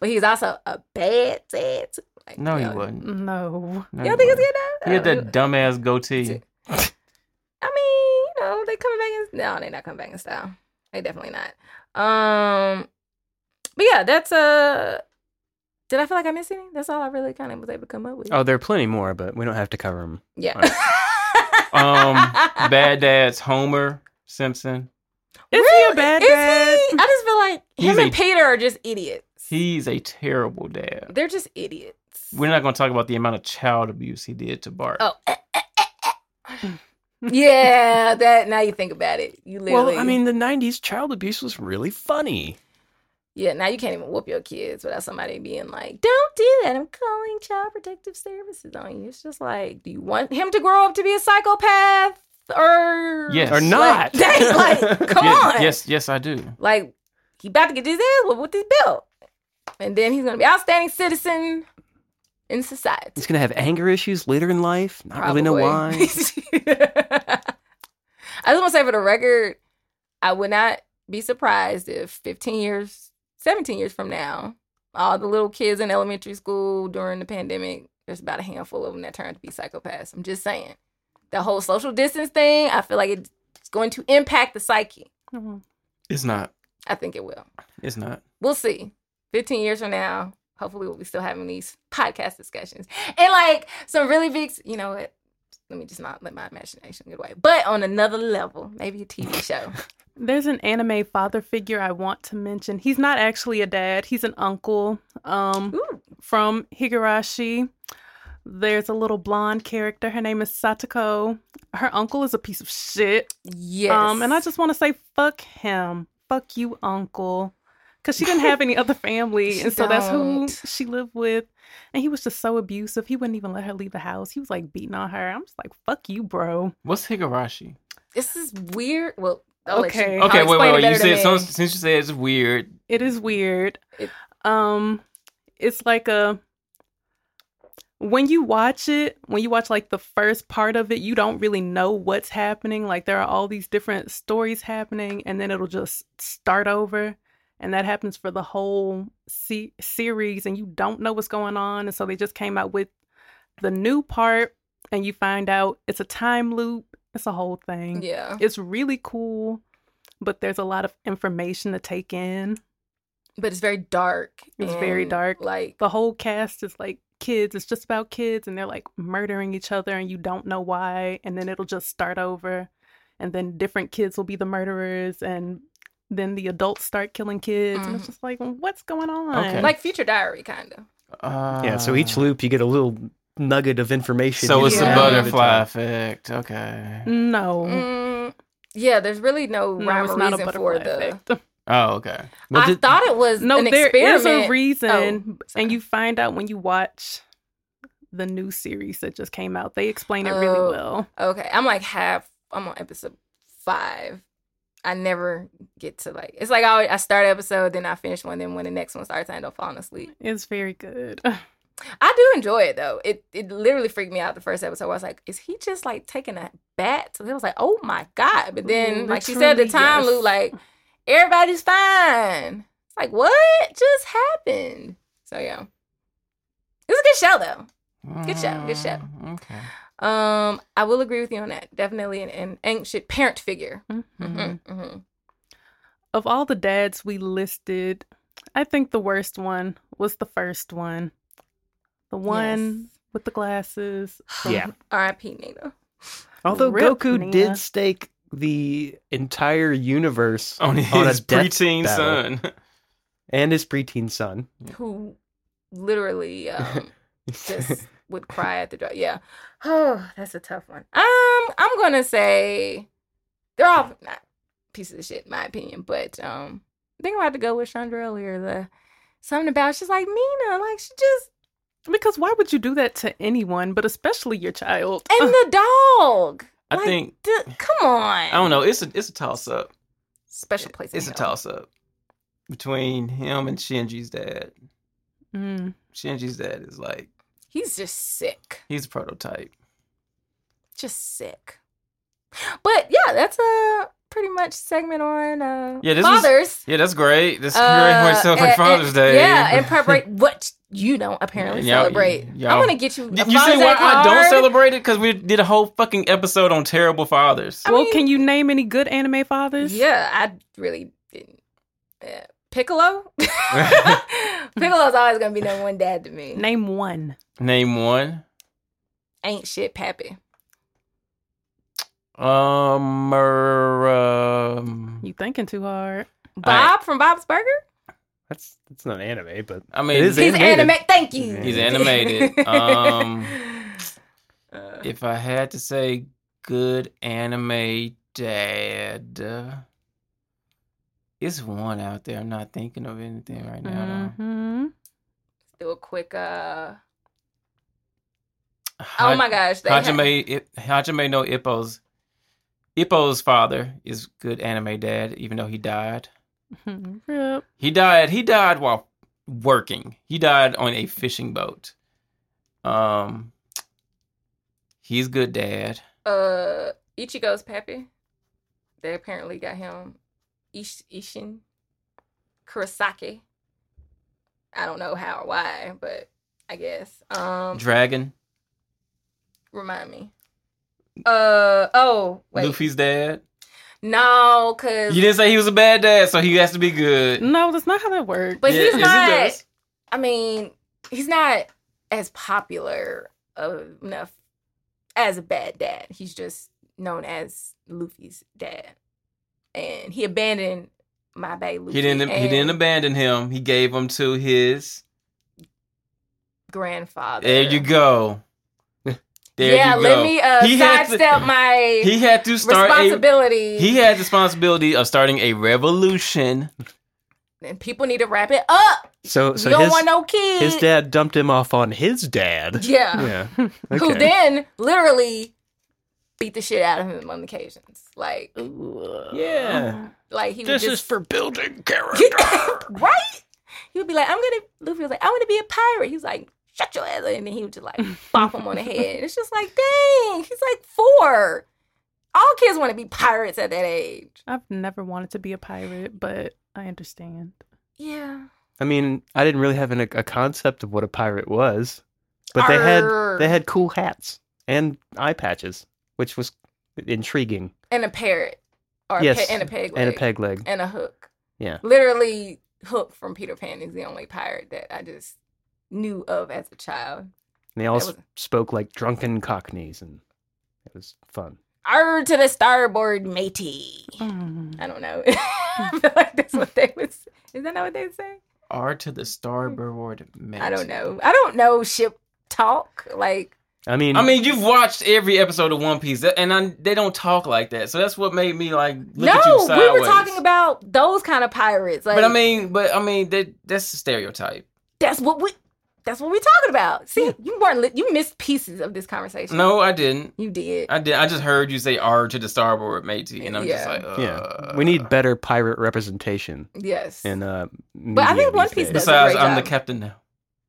Speaker 1: But he's also a bad dad. Like,
Speaker 2: No, he
Speaker 1: y'all-
Speaker 2: wasn't.
Speaker 3: No.
Speaker 2: No,
Speaker 1: Y'all think it's
Speaker 2: wasn't.
Speaker 1: good now?
Speaker 2: He had
Speaker 1: Oh,
Speaker 2: that dumbass goatee.
Speaker 1: I mean, you know, they coming back in no, they not coming back in style. They definitely not. Um But yeah, that's uh did I feel like I missed any? That's all I really kind of was able to come up with.
Speaker 4: Oh, there are plenty more, but we don't have to cover them.
Speaker 1: yeah.
Speaker 2: Um, bad dad's Homer Simpson.
Speaker 3: Is he
Speaker 1: Really?
Speaker 3: a bad
Speaker 1: Is
Speaker 3: dad?
Speaker 1: he? I just feel like
Speaker 2: He's
Speaker 1: him
Speaker 2: a-
Speaker 1: and Peter are just idiots.
Speaker 2: He's a terrible dad.
Speaker 1: They're just idiots.
Speaker 2: We're not going to talk about the amount of child abuse he did to Bart.
Speaker 1: Oh. yeah, that now you think about it. You literally
Speaker 4: Well, I mean, the '90s child abuse was really funny.
Speaker 1: Yeah, now you can't even whoop your kids without somebody being like, Don't do that. I'm calling child protective services on you. It's just like, do you want him to grow up to be a psychopath? Or
Speaker 2: Yes.
Speaker 4: Or
Speaker 1: Like,
Speaker 4: not.
Speaker 1: dang, like, come
Speaker 2: Ye-
Speaker 1: on.
Speaker 2: Yes, yes, I do.
Speaker 1: Like, he about to get his ass whooped with this bill. And then he's gonna be outstanding citizen in society.
Speaker 4: He's gonna have anger issues later in life. Not really know
Speaker 1: Probably.
Speaker 4: why.
Speaker 1: I just want to say for the record, I would not be surprised if 15 years, 17 years from now, all the little kids in elementary school during the pandemic, there's about a handful of them that turn out to be psychopaths. I'm just saying. The whole social distance thing, I feel like it's going to impact the psyche.
Speaker 3: Oh,
Speaker 2: It's not.
Speaker 1: I think it will.
Speaker 2: It's not.
Speaker 1: We'll see. 15 years from now, hopefully we'll be still having these podcast discussions. And like some really big, you know what? Let me just not let my imagination get away. But on another level, maybe a TV show.
Speaker 3: There's an anime father figure I want to mention. He's not actually a dad, he's an uncle. Um
Speaker 1: Ooh.
Speaker 3: from Higurashi. There's a little blonde character. Her name is Satoko. Her uncle is a piece of shit.
Speaker 1: Yes.
Speaker 3: Um, and I just want to say, fuck him. Fuck you, uncle. Because she didn't have any other family.
Speaker 1: She
Speaker 3: and so that's who
Speaker 1: don't.
Speaker 3: she lived with. And he was just so abusive. He wouldn't even let her leave the house. He was like beating on her. I'm just like, fuck you, bro.
Speaker 2: What's Higurashi?
Speaker 1: this is weird. Well, I'll let you
Speaker 3: Okay.
Speaker 1: probably
Speaker 2: Okay, wait,
Speaker 1: explain
Speaker 2: wait,
Speaker 1: it
Speaker 2: wait. You
Speaker 1: better than
Speaker 2: said some,
Speaker 1: me.
Speaker 2: since you said it's weird.
Speaker 3: It is weird.
Speaker 1: It-
Speaker 3: um, it's like a when you watch it, when you watch like the first part of it, you don't really know what's happening. Like there are all these different stories happening, and then it'll just start over. And that happens for the whole se- series, and you don't know what's going on. And so they just came out with the new part, and you find out it's a time loop. It's a whole thing.
Speaker 1: Yeah.
Speaker 3: It's really cool, but there's a lot of information to take in.
Speaker 1: But it's very dark.
Speaker 3: It's very
Speaker 1: and,
Speaker 3: dark.
Speaker 1: Like
Speaker 3: The whole cast is like kids. It's just about kids, and they're like murdering each other, and you don't know why. And then it'll just start over, and then different kids will be the murderers, and then the adults start killing kids,
Speaker 1: Mm-hmm.
Speaker 3: and it's just like, what's going on?
Speaker 2: Okay.
Speaker 1: like Future Diary kind of.
Speaker 2: Uh,
Speaker 4: Yeah, so each loop you get a little nugget of information.
Speaker 2: So
Speaker 4: you
Speaker 2: it's
Speaker 4: don't
Speaker 2: the
Speaker 1: Yeah.
Speaker 4: have at the
Speaker 2: butterfly
Speaker 4: time.
Speaker 2: effect. Okay.
Speaker 3: no,
Speaker 1: Mm, yeah, there's really no
Speaker 3: no,
Speaker 1: rhyme
Speaker 3: it's
Speaker 1: or
Speaker 3: not a
Speaker 1: reason for
Speaker 3: butterfly
Speaker 1: the.
Speaker 3: effect.
Speaker 2: Oh, okay.
Speaker 4: Well,
Speaker 1: I
Speaker 4: did-
Speaker 1: thought it was
Speaker 3: No,
Speaker 1: an
Speaker 3: there
Speaker 1: experiment.
Speaker 3: is a reason,
Speaker 1: Oh, sorry.
Speaker 3: and you find out when you watch the new series that just came out. They explain it really
Speaker 1: Oh.
Speaker 3: well.
Speaker 1: Okay, I'm like half. I'm on episode five. I never get to like. It's like I, always- I start an episode, then I finish one, then when the next one starts, I end up falling asleep.
Speaker 3: It's very good.
Speaker 1: I do enjoy it though. It it literally freaked me out the first episode. I was like, is he just like taking a bat? And it was like, oh my god! But then, like she said, the
Speaker 3: Literally,
Speaker 1: time
Speaker 3: yes.
Speaker 1: loop, like everybody's fine. It's like what just happened? So yeah, it was a good show though. Good show, good show.
Speaker 2: Mm, Okay.
Speaker 1: Um, I will agree with you on that. Definitely an, an anxious parent figure.
Speaker 3: Mhm.
Speaker 2: Mm-hmm.
Speaker 1: Mhm, mhm.
Speaker 3: of all the dads we listed, I think the worst one was the first one. The one
Speaker 1: Yes.
Speaker 3: with the glasses. from-
Speaker 4: Yeah.
Speaker 1: R.I.P. Nina.
Speaker 4: Although
Speaker 3: Rip,
Speaker 4: Goku
Speaker 3: Nina.
Speaker 4: did stake the entire universe
Speaker 2: On his
Speaker 4: On a death
Speaker 2: preteen
Speaker 4: battle.
Speaker 2: son.
Speaker 4: and his preteen son.
Speaker 1: who literally um, just would cry at the drug. Yeah. Oh, that's a tough one. Um, I'm gonna say they're all not pieces of shit, in my opinion. But um, I think I'm about to go with Chandra earlier. The something about she's like Mina, like she just
Speaker 3: Because why would you do that to anyone, but especially your child?
Speaker 1: and the dog.
Speaker 2: I
Speaker 1: Like,
Speaker 2: think
Speaker 1: d- come on.
Speaker 2: I don't know. It's a it's a toss up.
Speaker 1: Special place. in
Speaker 2: It's a
Speaker 1: hell.
Speaker 2: toss up between him and Shinji's dad.
Speaker 3: Mm.
Speaker 2: Shinji's dad is like
Speaker 1: He's just sick.
Speaker 2: he's a prototype.
Speaker 1: Just sick. But yeah, that's a pretty much segment on uh,
Speaker 2: Yeah, this was-
Speaker 1: fathers.
Speaker 2: Yeah, that's great. That's
Speaker 1: Uh,
Speaker 2: great for celebrating
Speaker 1: and-
Speaker 2: Father's
Speaker 1: and-
Speaker 2: Day.
Speaker 1: Yeah, and celebrate what you don't apparently
Speaker 2: Y'all-
Speaker 1: celebrate.
Speaker 2: y'all-
Speaker 1: I'm gonna get you. A
Speaker 2: Did you see
Speaker 1: Father's Day
Speaker 2: why I don't
Speaker 1: card.
Speaker 2: celebrate it? Because we did a whole fucking episode on terrible fathers.
Speaker 1: I
Speaker 3: well,
Speaker 1: mean-
Speaker 3: can you name any good anime fathers?
Speaker 1: Yeah, I really didn't. Yeah. Piccolo. Piccolo's always gonna be number one dad to me.
Speaker 3: Name one.
Speaker 2: Name one.
Speaker 1: Ain't shit, Pappy.
Speaker 2: Um, er, um,
Speaker 3: You thinking too hard.
Speaker 1: Bob from Bob's Burger.
Speaker 4: That's that's not anime, but
Speaker 2: I mean,
Speaker 4: It is
Speaker 1: He's
Speaker 4: animated.
Speaker 1: anime. Thank you.
Speaker 4: He's
Speaker 2: animated. Um,
Speaker 1: Uh,
Speaker 2: if I had to say good anime dad, uh, it's one out there. I'm not thinking of anything right now. though.
Speaker 3: hmm
Speaker 1: do a quick. Uh, oh
Speaker 2: Haj-
Speaker 1: Mm-hmm. my gosh, they had-
Speaker 2: Hajime, Ip- Hajime no Ippo's Ippo's father is good anime dad, even though he died.
Speaker 3: Rip.
Speaker 2: He died. He died while working. He died on a fishing boat. Um, he's good dad.
Speaker 1: uh Ichigo's pappy. They apparently got him Ish- Ishin Kurosaki. I don't know how or why, but I guess. Um
Speaker 2: Dragon,
Speaker 1: remind me. Uh oh, wait.
Speaker 2: Luffy's dad.
Speaker 1: No, cuz
Speaker 2: You didn't say he was a bad dad, so he has to be good.
Speaker 3: No, that's not how that works.
Speaker 1: But he's
Speaker 2: he
Speaker 1: not-
Speaker 2: does.
Speaker 1: I mean, he's not as popular of- enough as a bad dad. He's just known as Luffy's dad. And he abandoned my baby Luffy.
Speaker 2: He didn't. He didn't
Speaker 1: and-
Speaker 2: abandon him. He gave him to his.
Speaker 1: grandfather.
Speaker 2: There you go. There
Speaker 1: yeah,
Speaker 2: you go.
Speaker 1: let me uh,
Speaker 2: He had to-
Speaker 1: sidestep my
Speaker 2: he had to start a
Speaker 1: responsibility.
Speaker 2: He had the responsibility of starting a revolution.
Speaker 1: and people need to wrap it up.
Speaker 4: so
Speaker 1: You
Speaker 4: so
Speaker 1: don't
Speaker 4: his,
Speaker 1: want no kids.
Speaker 4: his dad dumped him off on his dad.
Speaker 1: Yeah.
Speaker 4: Yeah.
Speaker 1: Who
Speaker 4: Okay.
Speaker 1: then literally beat the shit out of him on occasions. Like,
Speaker 4: Yeah.
Speaker 1: like he would just,
Speaker 4: building character.
Speaker 1: right? He would be like, I'm gonna Luffy was like, I wanna be a pirate. He was like, shut your ass. up," And then he would just like bop him on the head. And it's just like, dang, he's like four. All kids want to be pirates at that age.
Speaker 3: I've never wanted to be a pirate, but I understand.
Speaker 1: Yeah.
Speaker 4: I mean, I didn't really have an, a concept of what a pirate was, but they had
Speaker 1: Arr.
Speaker 4: they had cool hats and eye patches, which was intriguing.
Speaker 1: And a parrot. Or
Speaker 4: Yes,
Speaker 1: a pe- and a peg.
Speaker 4: And a
Speaker 1: leg.
Speaker 4: peg leg.
Speaker 1: And a hook.
Speaker 4: Yeah.
Speaker 1: Literally, Hook from Peter Pan is the only pirate that I just knew of as a child.
Speaker 4: And they all
Speaker 1: that
Speaker 4: s-
Speaker 1: was-
Speaker 4: spoke like drunken cockneys, and it was fun.
Speaker 1: Arr to the starboard matey.
Speaker 3: Mm.
Speaker 1: I don't know. I feel like that's what they would say. Is that not what they'd say?
Speaker 2: R to the starboard mate.
Speaker 1: I don't know. I don't know ship talk. Like,
Speaker 4: I mean,
Speaker 2: I mean, you've watched every episode of One Piece, and I, they don't talk like that. So that's what made me like look at you
Speaker 1: no,
Speaker 2: sideways.
Speaker 1: we were talking about those kind of pirates. Like,
Speaker 2: but I mean, but I mean, that that's a stereotype.
Speaker 1: that's what we. That's what we're talking about. See, you weren't. Li- you missed pieces of this conversation.
Speaker 2: No, I didn't.
Speaker 1: you did.
Speaker 2: I did. I just heard you say R to the starboard matey, and I'm just
Speaker 1: Yeah.
Speaker 2: like, uh,
Speaker 4: yeah, we need better pirate representation
Speaker 1: yes.
Speaker 4: in uh.
Speaker 1: I
Speaker 4: media
Speaker 1: think One
Speaker 4: these
Speaker 1: Piece
Speaker 4: days.
Speaker 1: does-
Speaker 2: Besides,
Speaker 1: great
Speaker 2: I'm the
Speaker 1: job.
Speaker 2: captain now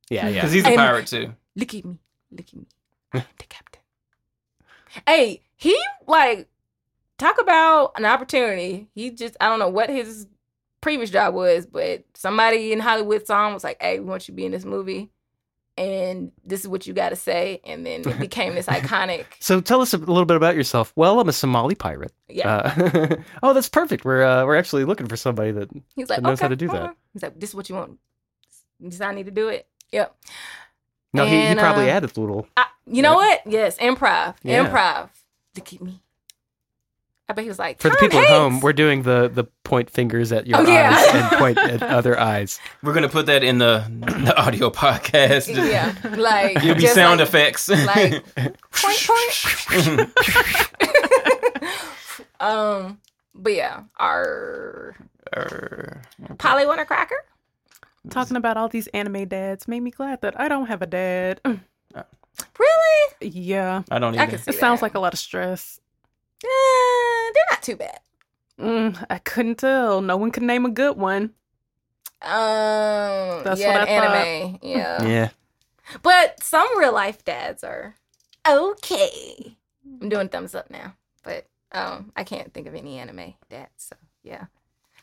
Speaker 4: Yeah, yeah.
Speaker 2: because he's a
Speaker 1: I'm-
Speaker 2: pirate too.
Speaker 1: Look at me. Look at me. I'm the captain. Hey, he like talk about an opportunity. He just I don't know what his previous job was, but somebody in Hollywood saw him was like, "Hey, we want you to be in this movie." And this is what you got to say, and then it became this iconic.
Speaker 4: So tell us a little bit about yourself. Well, I'm a Somali pirate.
Speaker 1: Yeah,
Speaker 4: Uh, oh, that's perfect. We're uh, we're actually looking for somebody that
Speaker 1: he's like,
Speaker 4: knows
Speaker 1: okay,
Speaker 4: how to do
Speaker 1: come
Speaker 4: that.
Speaker 1: on." He's like, "This is what you want. This is how I need to do it." Yep.
Speaker 4: No, he, he
Speaker 1: And,
Speaker 4: probably
Speaker 1: uh,
Speaker 4: added a little.
Speaker 1: I, you know what? Yes, improv.
Speaker 4: Yeah.
Speaker 1: Improv. Look at me. I bet he was like,
Speaker 4: For the
Speaker 1: "Tom
Speaker 4: people at home,
Speaker 1: Hanks."
Speaker 4: we're doing the the point fingers at your
Speaker 1: Oh, yeah.
Speaker 4: eyes and point at other eyes.
Speaker 2: We're gonna put that in the, the audio podcast.
Speaker 1: yeah, like
Speaker 2: It'll be
Speaker 1: just
Speaker 2: sound
Speaker 1: like,
Speaker 2: effects.
Speaker 1: like point point. um, but yeah, our
Speaker 2: Err.
Speaker 1: Polly want a cracker?
Speaker 3: Talking about all these anime dads made me glad that I don't have a dad.
Speaker 1: Really?
Speaker 3: yeah.
Speaker 2: I don't
Speaker 1: I
Speaker 2: even.
Speaker 1: can see
Speaker 3: It sounds
Speaker 1: that.
Speaker 3: like a lot of stress.
Speaker 1: Uh, they're not too bad.
Speaker 3: Mm, I couldn't tell. No one could name a good one.
Speaker 1: Um,
Speaker 3: That's
Speaker 1: yeah,
Speaker 3: what I
Speaker 1: an anime. Yeah.
Speaker 4: Yeah,
Speaker 1: but some real life dads are okay. I'm doing thumbs up now, but um, I can't think of any anime dads. So yeah,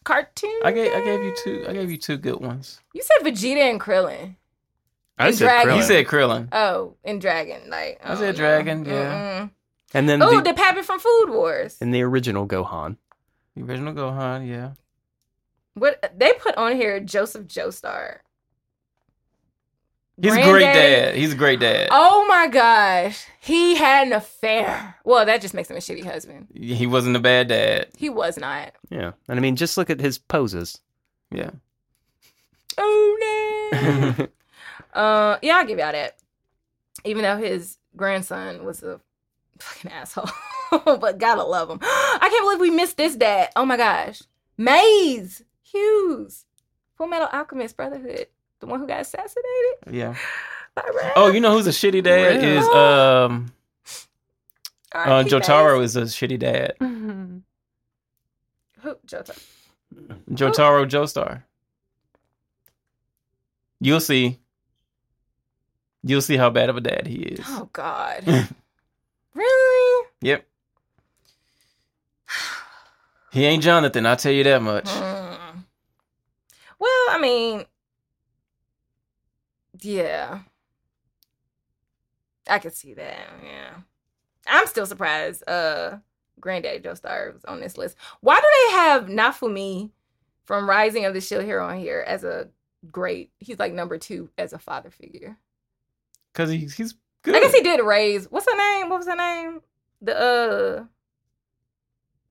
Speaker 1: cartoon.
Speaker 2: I gave I gave you two. I gave you two good ones.
Speaker 1: You said Vegeta and Krillin.
Speaker 4: I
Speaker 1: And
Speaker 4: said
Speaker 1: dragon.
Speaker 4: Krillin.
Speaker 2: You said Krillin.
Speaker 1: Oh, and Dragon. Like
Speaker 2: I said Dragon, yeah.
Speaker 4: and then
Speaker 1: Oh,
Speaker 4: the,
Speaker 1: the Pappy from Food Wars.
Speaker 4: and the original Gohan.
Speaker 2: The original Gohan. Yeah.
Speaker 1: What they put on here, Joseph Joestar.
Speaker 2: He's a great
Speaker 1: Granddaddy.
Speaker 2: dad. He's a great dad.
Speaker 1: Oh my gosh, he had an affair. Well, that just makes him a shitty husband.
Speaker 2: He wasn't a bad dad.
Speaker 1: He was not.
Speaker 4: Yeah, and I mean, just look at his poses.
Speaker 2: Yeah.
Speaker 1: Oh no. Uh, yeah, I'll give y'all that. Even though his grandson was a fucking asshole, but gotta love him. I can't believe we missed this dad. Oh my gosh, Maze Hughes, Full Metal Alchemist Brotherhood, the one who got assassinated
Speaker 2: Yeah.
Speaker 1: by Red.
Speaker 2: Oh, you know who's a shitty dad
Speaker 3: Really?
Speaker 2: is
Speaker 1: Oh.
Speaker 2: um uh,
Speaker 1: R.I.P.
Speaker 2: Jotaro is a shitty dad.
Speaker 3: Mhm.
Speaker 1: Maze. Who Jotaro?
Speaker 2: Jotaro Joestar. You'll see. You'll see how bad of a dad he is.
Speaker 1: Oh God, really?
Speaker 2: Yep. He ain't Jonathan. I'll tell you that much.
Speaker 1: Hmm. Well, I mean, yeah, I could see that. Yeah, I'm still surprised. Uh, Granddaddy Joe Star was on this list. Why do they have Nafumi from Rising of the Shield Hero on here as a great? He's like number two as a father figure.
Speaker 2: Cause he's he's
Speaker 1: I
Speaker 2: good.
Speaker 1: guess he did raise. What's her name? What was her name? The uh,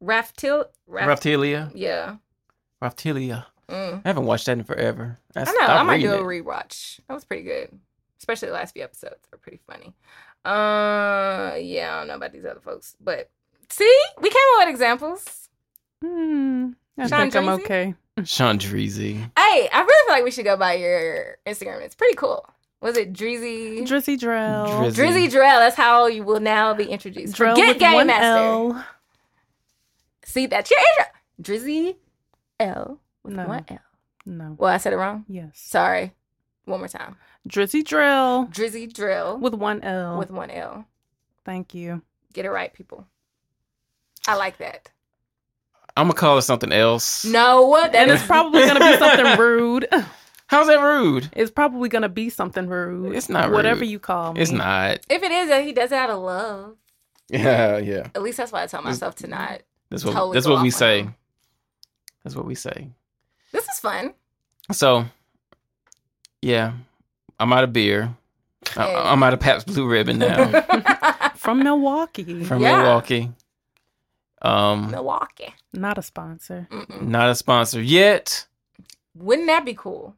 Speaker 1: Raftil. Raft-
Speaker 2: Raptilia.
Speaker 1: yeah.
Speaker 2: Raptilia.
Speaker 1: Mm.
Speaker 2: I haven't watched that in forever.
Speaker 1: I know. I might do a rewatch. That was pretty good, especially the last few episodes are pretty funny. Uh, yeah, I don't know about these other folks, but see, we came up with examples.
Speaker 3: Mm, I
Speaker 1: Sean
Speaker 3: think I'm
Speaker 1: Tracy?
Speaker 3: okay.
Speaker 2: Chandreezy.
Speaker 1: Hey, I really feel like we should go by your Instagram. It's pretty cool. Was it Drizzy?
Speaker 3: Drizzy Drell.
Speaker 2: Drizzy.
Speaker 1: Drizzy Drell. That's how you will now be introduced.
Speaker 3: Drell
Speaker 1: Forget
Speaker 3: with
Speaker 1: Game
Speaker 3: one
Speaker 1: Master.
Speaker 3: L.
Speaker 1: See, that's your intro. Drizzy L with
Speaker 3: No.
Speaker 1: one L.
Speaker 3: No.
Speaker 1: Well, I said it wrong.
Speaker 3: Yes.
Speaker 1: Sorry. One more time.
Speaker 3: Drizzy Drill
Speaker 1: Drizzy Drill
Speaker 3: with one L.
Speaker 1: with one L.
Speaker 3: Thank you.
Speaker 1: Get it right, people. I like that.
Speaker 2: I'm gonna call it something else.
Speaker 1: No, what? That
Speaker 3: And
Speaker 1: is
Speaker 3: it's probably going to be something rude.
Speaker 2: How's that rude?
Speaker 3: It's probably going to be something rude.
Speaker 2: It's not
Speaker 3: Whatever
Speaker 2: rude.
Speaker 3: you call me.
Speaker 2: It's not.
Speaker 1: if it is that he does it out of love.
Speaker 2: Yeah, yeah.
Speaker 1: At least that's what I tell myself to not.
Speaker 2: That's what
Speaker 1: Totally
Speaker 2: that's
Speaker 1: go
Speaker 2: what we
Speaker 1: off on
Speaker 2: say.
Speaker 1: him.
Speaker 2: That's what we say.
Speaker 1: This is fun.
Speaker 2: So, yeah, I'm out of beer.
Speaker 1: Hey.
Speaker 2: I, I'm out of Pabst Blue Ribbon now
Speaker 3: From Milwaukee.
Speaker 2: from
Speaker 1: Yeah.
Speaker 2: Milwaukee. Um,
Speaker 1: Milwaukee.
Speaker 3: Not a sponsor.
Speaker 1: Mm-mm.
Speaker 2: not a sponsor yet.
Speaker 1: Wouldn't that be cool?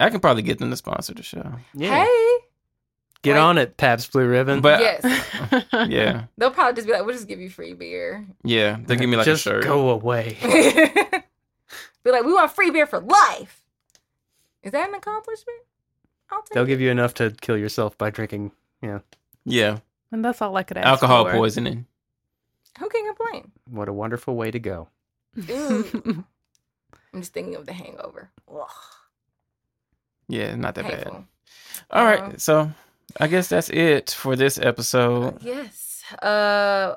Speaker 2: I can probably get them to sponsor the show.
Speaker 4: Yeah.
Speaker 1: Hey,
Speaker 4: Get
Speaker 1: like-
Speaker 4: on it, Pabst Blue Ribbon.
Speaker 2: But
Speaker 1: yes.
Speaker 2: yeah,
Speaker 1: They'll probably just be like, "We'll just give you free beer."
Speaker 2: yeah, they give me like
Speaker 4: just
Speaker 2: a shirt.
Speaker 4: go away.
Speaker 1: be like, "We want free beer for life." Is that an accomplishment? I'll take
Speaker 4: They'll
Speaker 1: it.
Speaker 4: give you enough to kill yourself by drinking.
Speaker 2: Yeah,
Speaker 3: And that's all I could ask
Speaker 2: alcohol
Speaker 3: for.
Speaker 2: poisoning.
Speaker 1: Who can complain?
Speaker 4: What a wonderful way to go.
Speaker 1: Ooh, I'm just thinking of the Hangover. Ugh,
Speaker 2: Yeah, not that bad.
Speaker 1: painful.
Speaker 2: All
Speaker 1: Uh-huh.
Speaker 2: right, so I guess that's it for this episode.
Speaker 1: Yes. Uh,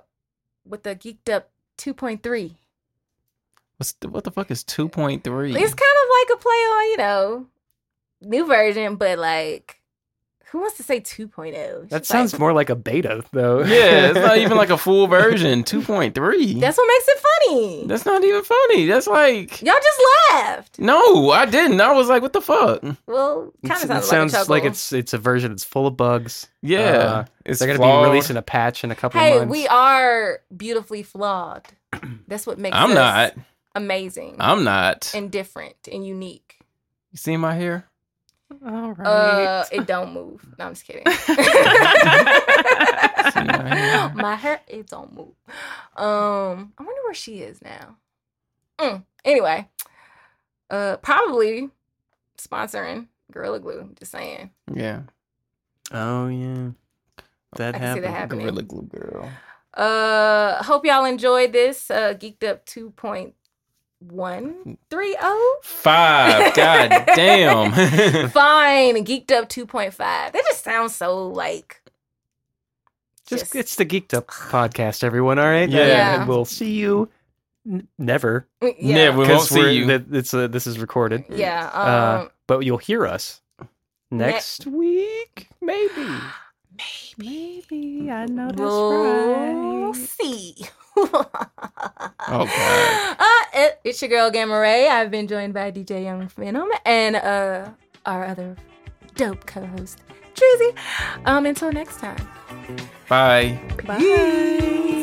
Speaker 1: with the geeked up 2.3.
Speaker 2: What's the, what the fuck is two point three?
Speaker 1: It's kind of like a play on, you know, new version, but like, who wants to say 2.0? It's
Speaker 4: That
Speaker 1: just like-
Speaker 4: sounds more like a beta, though.
Speaker 2: Yeah, it's not even like a full version. Two point three.
Speaker 1: That's what makes it funny.
Speaker 2: That's not even funny. That's like
Speaker 1: Y'all just laughed.
Speaker 2: no, I didn't. I was like, what the fuck?
Speaker 1: Well, kind of
Speaker 4: It's-
Speaker 1: sounds,
Speaker 4: it sounds
Speaker 1: like, a
Speaker 4: like
Speaker 1: chuckle.
Speaker 4: it's it's a version that's full of bugs.
Speaker 2: Yeah,
Speaker 4: Uh,
Speaker 2: it's
Speaker 4: They're gonna
Speaker 2: flawed.
Speaker 4: be releasing a patch in a couple
Speaker 1: Hey,
Speaker 4: of months.
Speaker 1: we are beautifully flawed. That's what makes
Speaker 2: I'm
Speaker 1: us
Speaker 2: not.
Speaker 1: amazing
Speaker 2: I'm not.
Speaker 1: and different and unique.
Speaker 2: You see my hair?
Speaker 3: all right.
Speaker 1: Uh, it don't move. No, I'm just kidding. My hair, it don't move. Um, I wonder where she is now. Mm, anyway, uh, probably sponsoring Gorilla Glue. Just saying.
Speaker 2: Yeah,
Speaker 4: oh yeah, that
Speaker 1: I can see
Speaker 4: happened.
Speaker 1: that happening.
Speaker 2: gorilla glue girl.
Speaker 1: Uh, hope y'all enjoyed this. Uh, geeked up two point one three oh.
Speaker 2: Five. God damn.
Speaker 1: Fine, geeked up two point five. That just sounds so like.
Speaker 4: Just it's the geeked up podcast, everyone. All right,
Speaker 2: Yeah.
Speaker 1: Yeah.
Speaker 4: And we'll see you n- never
Speaker 1: mm, yeah,
Speaker 2: Yeah, we won't
Speaker 4: because
Speaker 2: see you.
Speaker 4: That, it's uh this is recorded,
Speaker 1: yeah. Um,
Speaker 4: Uh, but you'll hear us next week, maybe.
Speaker 3: Maybe I know Oh,
Speaker 1: We'll
Speaker 3: that's right.
Speaker 1: see.
Speaker 2: God.
Speaker 1: Uh, it- it's your girl Gamma Ray. I've been joined by DJ Young Venom and uh, our other dope co-host Drizzy. Um, until next time.
Speaker 2: Bye.
Speaker 3: Bye.